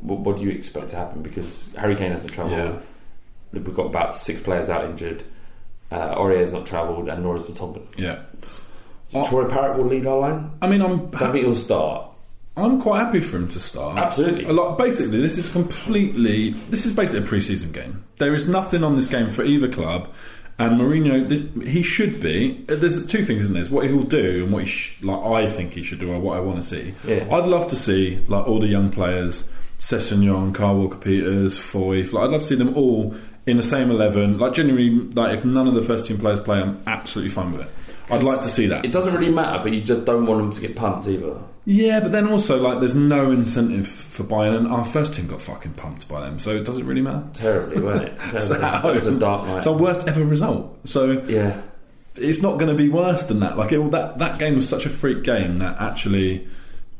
Speaker 3: what, what do you expect to happen? Because Harry Kane hasn't travelled.
Speaker 4: Yeah.
Speaker 3: We've got about six players out injured. Uh, Aurier's not travelled, and Norris Vertonghen.
Speaker 4: Yeah. Uh,
Speaker 3: Troy Parrott will lead our line.
Speaker 4: I mean, I'm
Speaker 3: Don't think he'll start.
Speaker 4: I'm quite happy for him to start.
Speaker 3: Absolutely.
Speaker 4: A lot, basically, this is completely. This is basically a preseason game. There is nothing on this game for either club. And Mourinho, th- he should be. uh, There's two things, isn't there? It's what he will do and what he sh- like. I think he should do, or what I want to see.
Speaker 3: Yeah.
Speaker 4: I'd love to see like all the young players, Sessegnon, Carl Walker Peters, Foyth. Like I'd love to see them all in the same eleven. Like genuinely, like if none of the first team players play, I'm absolutely fine with it. I'd like to see that.
Speaker 3: It doesn't really matter, but you just don't want him to get pumped either.
Speaker 4: Yeah, but then also like there's no incentive for Bayern, and our first team got fucking pumped by them, so it doesn't really matter.
Speaker 3: Terribly, wasn't it? Terribly.
Speaker 4: So-
Speaker 3: That was a dark night.
Speaker 4: It's our worst ever result, so
Speaker 3: yeah.
Speaker 4: it's not going to be worse than that. Like it, that that game was such a freak game that actually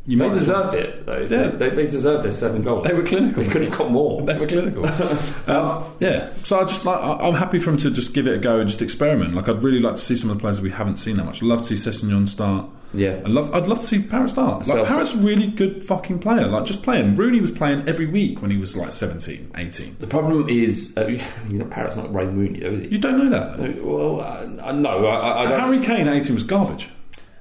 Speaker 4: you
Speaker 3: They
Speaker 4: might-
Speaker 3: deserved it, though.
Speaker 4: Yeah.
Speaker 3: They, they deserved their seven goals.
Speaker 4: They were clinical.
Speaker 3: They could have got more.
Speaker 4: They were clinical. um, yeah, so I just like I- I'm happy for him to just give it a go and just experiment. Like I'd really like to see some of the players that we haven't seen that much. I'd love to see Sessegnon start.
Speaker 3: Yeah.
Speaker 4: I love. I'd love to see Parrot start. Like
Speaker 3: So-
Speaker 4: Parrot's a really good fucking player. Like just play him. Rooney was playing every week when he was like 17, 18.
Speaker 3: The problem is, uh, you know, Parrott's not Ray Mooney, though, is
Speaker 4: You
Speaker 3: he?
Speaker 4: don't know that. though.
Speaker 3: Well, uh, I, I know. I, I- I don't.
Speaker 4: Harry Kane at 18 was garbage.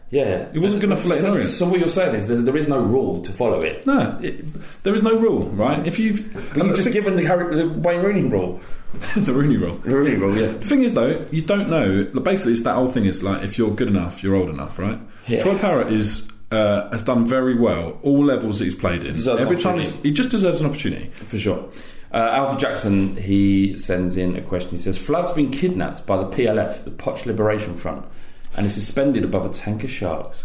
Speaker 3: yeah,
Speaker 4: He wasn't good enough for Leighton
Speaker 3: so,
Speaker 4: Orient.
Speaker 3: so what you're saying is there's, there is no rule to follow it.
Speaker 4: No, it, there is no rule, right? If you
Speaker 3: But you've just given the, Harry, the Wayne Rooney rule.
Speaker 4: the Rooney rule.
Speaker 3: The Rooney rule, yeah.
Speaker 4: The thing is, though, you don't know. like, Basically, it's that old thing. It's like if you're good enough, you're old enough, right?
Speaker 3: Yeah.
Speaker 4: Troy Parrott is uh, has done very well all levels that he's played in.
Speaker 3: Deserves an
Speaker 4: Every time he's,
Speaker 3: opportunity.
Speaker 4: he just deserves an opportunity.
Speaker 3: For sure. Uh, Alfie Jackson, he sends in a question. He says, Flood's been kidnapped by the PLF, the Potch Liberation Front, and is suspended above a tank of sharks.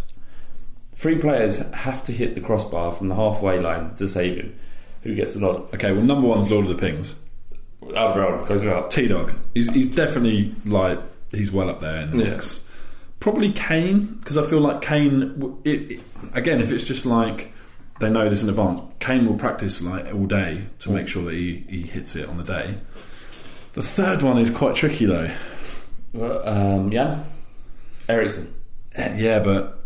Speaker 3: Three players have to hit the crossbar from the halfway line to save him. Who gets the nod?
Speaker 4: Okay, well, number one's Lord of the Pings.
Speaker 3: Alderweireld goes out.
Speaker 4: T Dog. He's, he's definitely like he's well up there in the
Speaker 3: Yeah.
Speaker 4: mix. Probably Kane because I feel like Kane. w- It, it, again, if it's just like they know this in advance, Kane will practice like all day
Speaker 3: Mm.
Speaker 4: to make sure that he, he hits it on the day. The third one is quite tricky though.
Speaker 3: Um, Jan? Ericsson.
Speaker 4: Uh, Yeah, but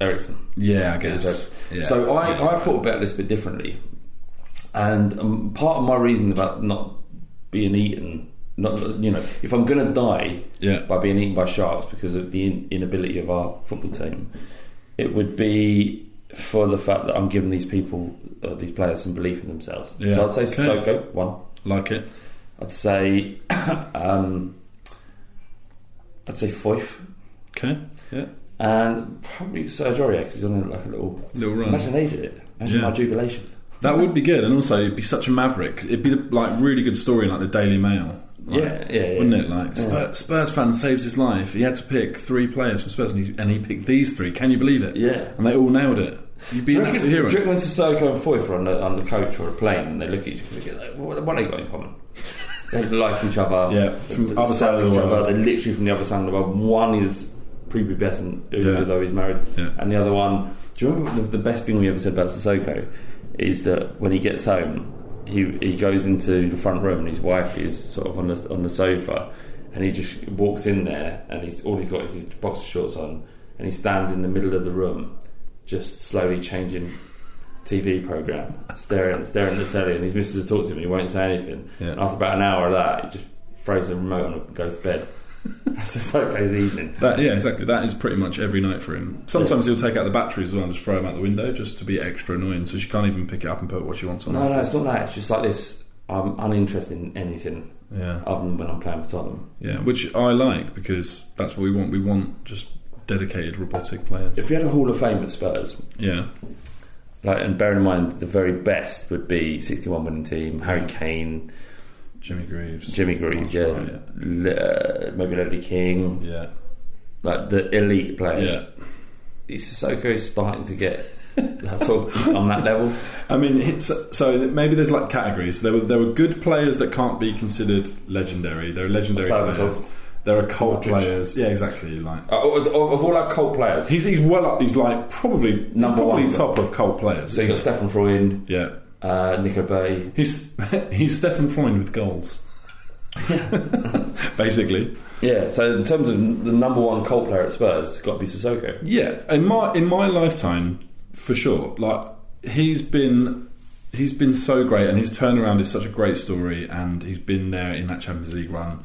Speaker 3: Ericsson.
Speaker 4: yeah, I guess.
Speaker 3: So,
Speaker 4: Yeah.
Speaker 3: so I, I thought about this a bit differently, and um, part of my reason about not being eaten, not you know, if I'm going to die
Speaker 4: Yeah.
Speaker 3: by being eaten by sharks because of the in, inability of our football team, it would be for the fact that I'm giving these people, uh, these players, some belief in themselves.
Speaker 4: Yeah.
Speaker 3: So I'd say
Speaker 4: Okay.
Speaker 3: Sissoko one.
Speaker 4: Like it.
Speaker 3: I'd say, um, I'd say Foyf,
Speaker 4: Okay. Yeah.
Speaker 3: and probably Serge Aurier because he's on a, like a little.
Speaker 4: Little run.
Speaker 3: Imagine they did it. Imagine
Speaker 4: Yeah.
Speaker 3: my jubilation.
Speaker 4: That would be good, and also it'd be such a maverick. It'd be like really good story, like the Daily Mail. Like,
Speaker 3: Yeah, yeah, yeah.
Speaker 4: wouldn't it? Like Spurs, Spurs fan saves his life. He had to pick three players from Spurs, and he, and he picked these three. Can you believe it?
Speaker 3: Yeah.
Speaker 4: and they all nailed it. You'd
Speaker 3: Do
Speaker 4: be
Speaker 3: you
Speaker 4: an
Speaker 3: reckon,
Speaker 4: absolute hero.
Speaker 3: do you reckon when Sissoko and Foyth are on the, on the coach or a plane and they look at each other and like, what, what have they got in common? They like each other.
Speaker 4: Yeah, from
Speaker 3: they
Speaker 4: the other side of the
Speaker 3: each
Speaker 4: world.
Speaker 3: Other, they're literally from the other side of the world. One is prepubescent, who-
Speaker 4: Yeah.
Speaker 3: though he's married,
Speaker 4: Yeah.
Speaker 3: and the other one. Do you remember the, the best thing we ever said about Sissoko is that when he gets home, he he goes into the front room and his wife is sort of on the on the sofa, and he just walks in there and he's all he's got is his boxer shorts on, and he stands in the middle of the room, just slowly changing TV program, staring staring at the telly, and his missus will talk to him. and He won't say anything.
Speaker 4: Yeah.
Speaker 3: And after about an hour of that, he just throws the remote on and goes to bed. That's just like his evening.
Speaker 4: That, yeah, exactly. That is pretty much every night for him. Sometimes he'll take out the batteries as well and just throw them out the window just to be extra annoying, so she can't even pick it up and put what she wants on.
Speaker 3: No,
Speaker 4: it.
Speaker 3: no, it's not that. It's just like this. I'm uninterested in anything
Speaker 4: Yeah.
Speaker 3: other than when I'm playing for Tottenham.
Speaker 4: Yeah, which I like because that's what we want. We want just dedicated robotic players.
Speaker 3: If you had a Hall of Fame at Spurs,
Speaker 4: Yeah,
Speaker 3: like, and bearing in mind the very best would be 61 winning team, Harry Kane,
Speaker 4: Jimmy Greaves,
Speaker 3: Jimmy Greaves, yeah,
Speaker 4: That's right,
Speaker 3: Le- uh, maybe Ledley King,
Speaker 4: yeah,
Speaker 3: like the elite
Speaker 4: yeah.
Speaker 3: players.
Speaker 4: yeah.
Speaker 3: It's Sissoko is starting to get that's all, on that level.
Speaker 4: I mean, it's, so maybe there's like categories. There were there were good players that can't be considered legendary. There are legendary
Speaker 3: Like
Speaker 4: players.
Speaker 3: Berbatov.
Speaker 4: There are cult
Speaker 3: Modric.
Speaker 4: players. Yeah, exactly. Like
Speaker 3: Uh, Of, of, of all our cult players,
Speaker 4: he's, he's well up. He's like probably he's
Speaker 3: Number
Speaker 4: probably
Speaker 3: one.
Speaker 4: top of cult players.
Speaker 3: so you got Stefan Freund,
Speaker 4: yeah,
Speaker 3: uh, Nico Bay.
Speaker 4: he's he's Stefan Freund with goals. Basically,
Speaker 3: Yeah, so in terms of the number one cult player at Spurs, it's got to be Sissoko.
Speaker 4: yeah. In my in my lifetime, for sure. Like he's been. He's been so great, and his turnaround is such a great story. And he's been there in that Champions League run.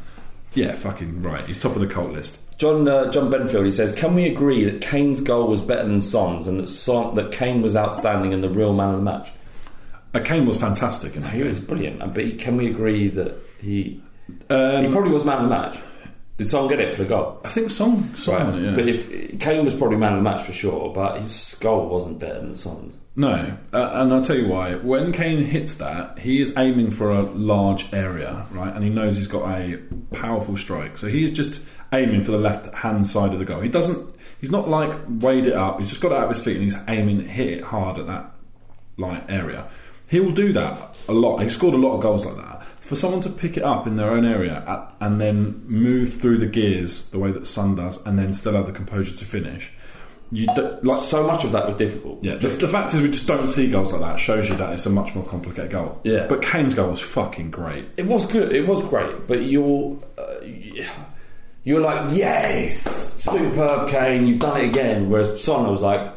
Speaker 4: Yeah, fucking right. He's top of the cult list.
Speaker 3: John uh, John Benfield, he says, can we agree that Kane's goal was better than Son's and that Son, that Kane was outstanding and the real man of the match?
Speaker 4: Uh, Kane was fantastic. In that
Speaker 3: He was brilliant, uh, but he- can we agree that he he
Speaker 4: um,
Speaker 3: probably was man of the match? Did Son get it for the goal?
Speaker 4: I think Song. Song
Speaker 3: Right,
Speaker 4: won it, yeah.
Speaker 3: but if Kane was probably man of the match for sure, but his goal wasn't better than Son's.
Speaker 4: no, uh, and I'll tell you why. When Kane hits that, he is aiming for a large area, right? And he knows he's got a powerful strike, so he is just aiming for the left-hand side of the goal. He doesn't. He's not like weighed it up. He's just got it out of his feet and he's aiming, hit it hard at that like area. He will do that a lot. He scored a lot of goals like that. For someone to pick it up in their own area at, and then move through the gears the way that Sun does, and then still have the composure to finish, you do, like
Speaker 3: So much of that was difficult.
Speaker 4: yeah. The, the fact is, we just don't see goals like that. It shows you that it's a much more complicated goal.
Speaker 3: Yeah.
Speaker 4: But Kane's goal was fucking great.
Speaker 3: It was good. It was great. But you're uh, you're like yes, superb Kane. You've done it again. Whereas Son was like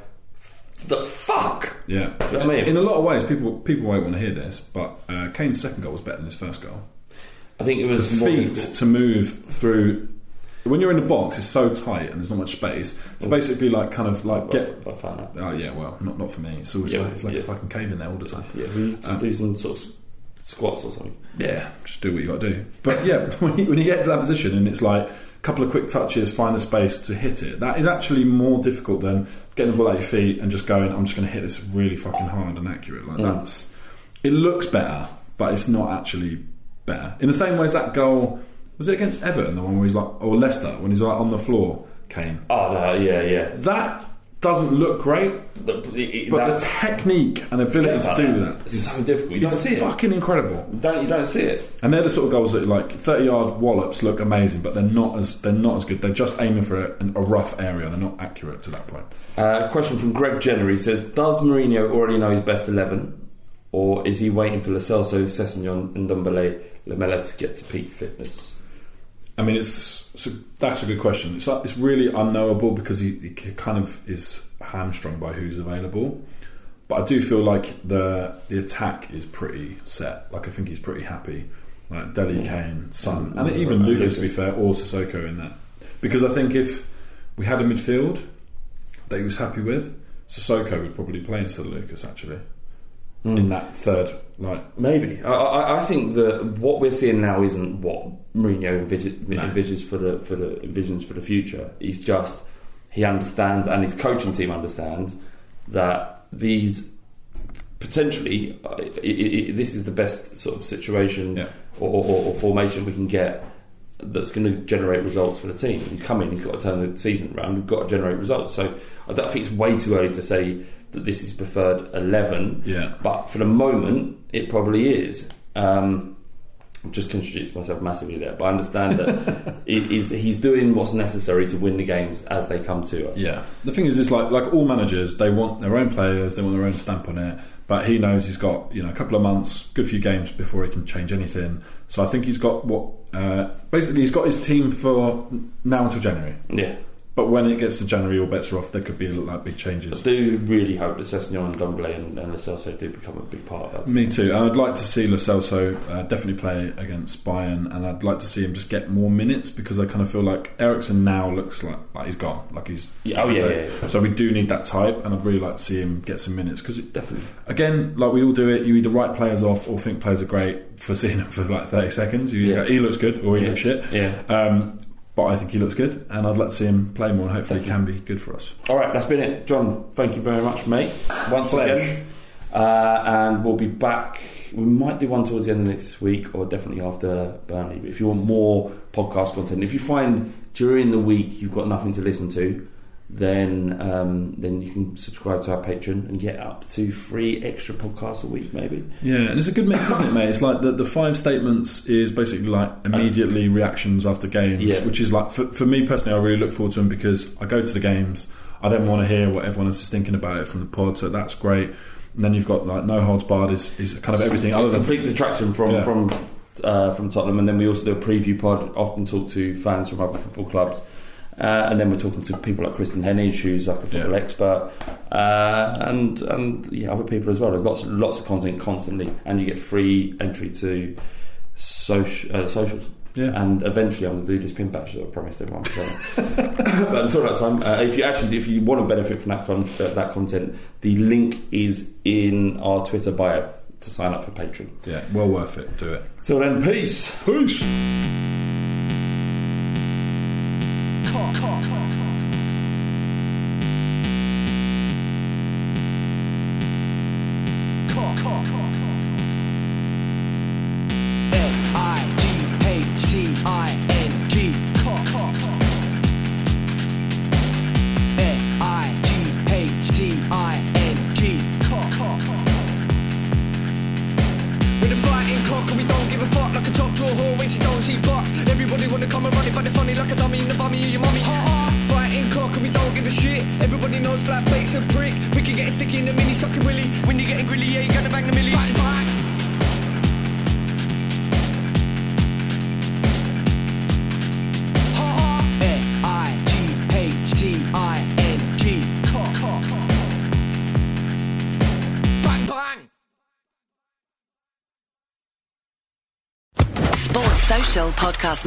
Speaker 3: the fuck.
Speaker 4: Yeah.
Speaker 3: Do you know what I mean?
Speaker 4: In a lot of ways, people people won't want to hear this, but uh, Kane's second goal was better than his first goal.
Speaker 3: I think it was more
Speaker 4: feet
Speaker 3: difficult.
Speaker 4: to move through. When you're in the box, it's so tight and there's not much space. It's basically like kind of like get.
Speaker 3: I found out.
Speaker 4: Oh yeah, well, not not for me. It's always
Speaker 3: Yeah,
Speaker 4: like, it's like
Speaker 3: yeah.
Speaker 4: a fucking cave in there all the time. Uh,
Speaker 3: Yeah, we just do some sort of squats or something.
Speaker 4: Yeah, just do what you got to do. But yeah, when you, when you get to that position and it's like a couple of quick touches, find the space to hit it. That is actually more difficult than getting the ball at your feet and just going, "I'm just going to hit this really fucking hard and accurate." Like that's it looks better, but it's not actually better. In the same way as that goal was it against Everton, the one where he's like, or Leicester when he's like on the floor, Kane.
Speaker 3: Oh no, yeah, yeah.
Speaker 4: That doesn't look great,
Speaker 3: The, it- it-
Speaker 4: but
Speaker 3: that's-
Speaker 4: the technique and ability to
Speaker 3: Clever.
Speaker 4: do that
Speaker 3: It's
Speaker 4: is
Speaker 3: so difficult. You
Speaker 4: it's
Speaker 3: don't see it.
Speaker 4: fucking incredible.
Speaker 3: don't you don't see it.
Speaker 4: And they're the sort of goals that like thirty yard wallops look amazing, but they're not as they're not as good. They're just aiming for a, a rough area. They're not accurate to that point.
Speaker 3: Uh, question from Greg Jenner. He says, "Does Mourinho already know his best 11, or is he waiting for Lo Celso, Sessegnon, and Dombele, Lamella to get to peak fitness?"
Speaker 4: I mean, it's, it's a, that's a good question. It's it's really unknowable because he, he kind of is hamstrung by who's available. But I do feel like the the attack is pretty set. Like I think he's pretty happy. Like Delhi, Kane, Son, and even
Speaker 3: Right,
Speaker 4: Lucas, to be
Speaker 3: Mm-hmm. Lucas.
Speaker 4: fair, or Sissoko in there, because I think if we had a midfield that he was happy with, Sissoko would probably play instead of Lucas actually in that third like
Speaker 3: Hmm. Maybe. I, I, I think that what we're seeing now isn't what Mourinho envis- envisions for the for the envisions for the future. He's just he understands, and his coaching team understands that these potentially uh, i i i this is the best sort of situation
Speaker 4: Yeah.
Speaker 3: or, or, or formation we can get that's going to generate results for the team. He's come in, he's got to turn the season around, we've got to generate results. So I don't think it's way too early to say that this is preferred 11.
Speaker 4: Yeah.
Speaker 3: But for the moment, it probably is. Um, I've just contradicted myself massively there, but I understand that it is, he's doing what's necessary to win the games as they come to us.
Speaker 4: Yeah. The thing is, is like like all managers, they want their own players, they want their own stamp on it. But he knows he's got you know a couple of months, good few games before he can change anything. So I think he's got what uh, basically he's got his team for now until January.
Speaker 3: Yeah.
Speaker 4: But when it gets to January, all bets are off. There could be like big changes.
Speaker 3: I do really hope that Sessegnon and Domblé and, and Lacelso do become a big part of that.
Speaker 4: Me too. And I'd like to see Lo Celso uh, definitely play against Bayern, and I'd like to see him just get more minutes because I kind of feel like Ericsson now looks like, like he's gone, like he's
Speaker 3: Yeah, oh, yeah, yeah, yeah.
Speaker 4: So we do need that type, and I'd really like to see him get some minutes because
Speaker 3: Definitely.
Speaker 4: again, like we all do it, you either write players off or think players are great for seeing them for like thirty seconds. You either
Speaker 3: Yeah.
Speaker 4: go, he looks good or he
Speaker 3: Yeah.
Speaker 4: looks shit.
Speaker 3: Yeah.
Speaker 4: Um, but I think he looks good, and I'd like to see him play more, and hopefully he can be good for us.
Speaker 3: All right, that's been it. John, thank you very much, mate. Once
Speaker 4: Pleasure.
Speaker 3: again. Uh, and we'll be back. We might do one towards the end of next week or definitely after Burnley. But if you want more podcast content, if you find during the week you've got nothing to listen to, then um, then you can subscribe to our Patreon and get up to three extra podcasts a week, maybe.
Speaker 4: Yeah, and it's a good mix, isn't it, mate? It's like the, the five statements is basically like immediately reactions after games,
Speaker 3: Uh, Yeah.
Speaker 4: which is like for, for me personally, I really look forward to them because I go to the games, I then want to hear what everyone else is thinking about it from the pod, so that's great. And then you've got like no holds barred is, is kind of everything other than
Speaker 3: complete detraction from
Speaker 4: Yeah.
Speaker 3: from uh, from Tottenham, and then we also do a preview pod. Often talk to fans from other football clubs, uh, and then we're talking to people like Kristen Hennage, who's like a football
Speaker 4: Yeah.
Speaker 3: expert, uh, and and yeah, other people as well. There's lots lots of content constantly, and you get free entry to social uh, socials.
Speaker 4: Yeah.
Speaker 3: And eventually, I'm going to do this pin patch that I promised everyone. So. but until that time, uh, if you actually if you want to benefit from that con- uh, that content, the link is in our Twitter bio to sign up for Patreon.
Speaker 4: yeah, well worth it. Do it.
Speaker 3: Till then, peace.
Speaker 4: Peace.
Speaker 5: L-I-G-H-T-I-N-G. L-I-G-H-T-I-N-G. With a fighting cock and we don't give a fuck Like a top draw whore when she don't see box Everybody wanna come and run it but they're funny Like a dummy in the bummy of your mummy Fighting cock and we don't give a shit Everybody knows flat bait's a prick We can get a sticky in the mini sucking willy When you're getting grilly yeah you're gonna bang the millie L-I-G-H-T-I-N-G Bang bang
Speaker 2: Sports Social Podcast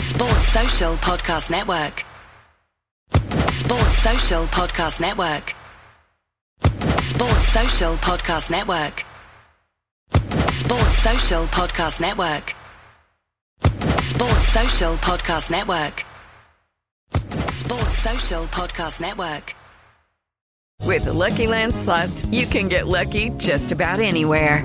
Speaker 2: Sports Social Podcast Network. Sports Social Podcast Network. Sports Social Podcast Network. Sports Social Podcast Network. Sports Social Podcast Network. Sports Social Podcast Network.
Speaker 1: With the Lucky Land slots, you can get lucky just about anywhere.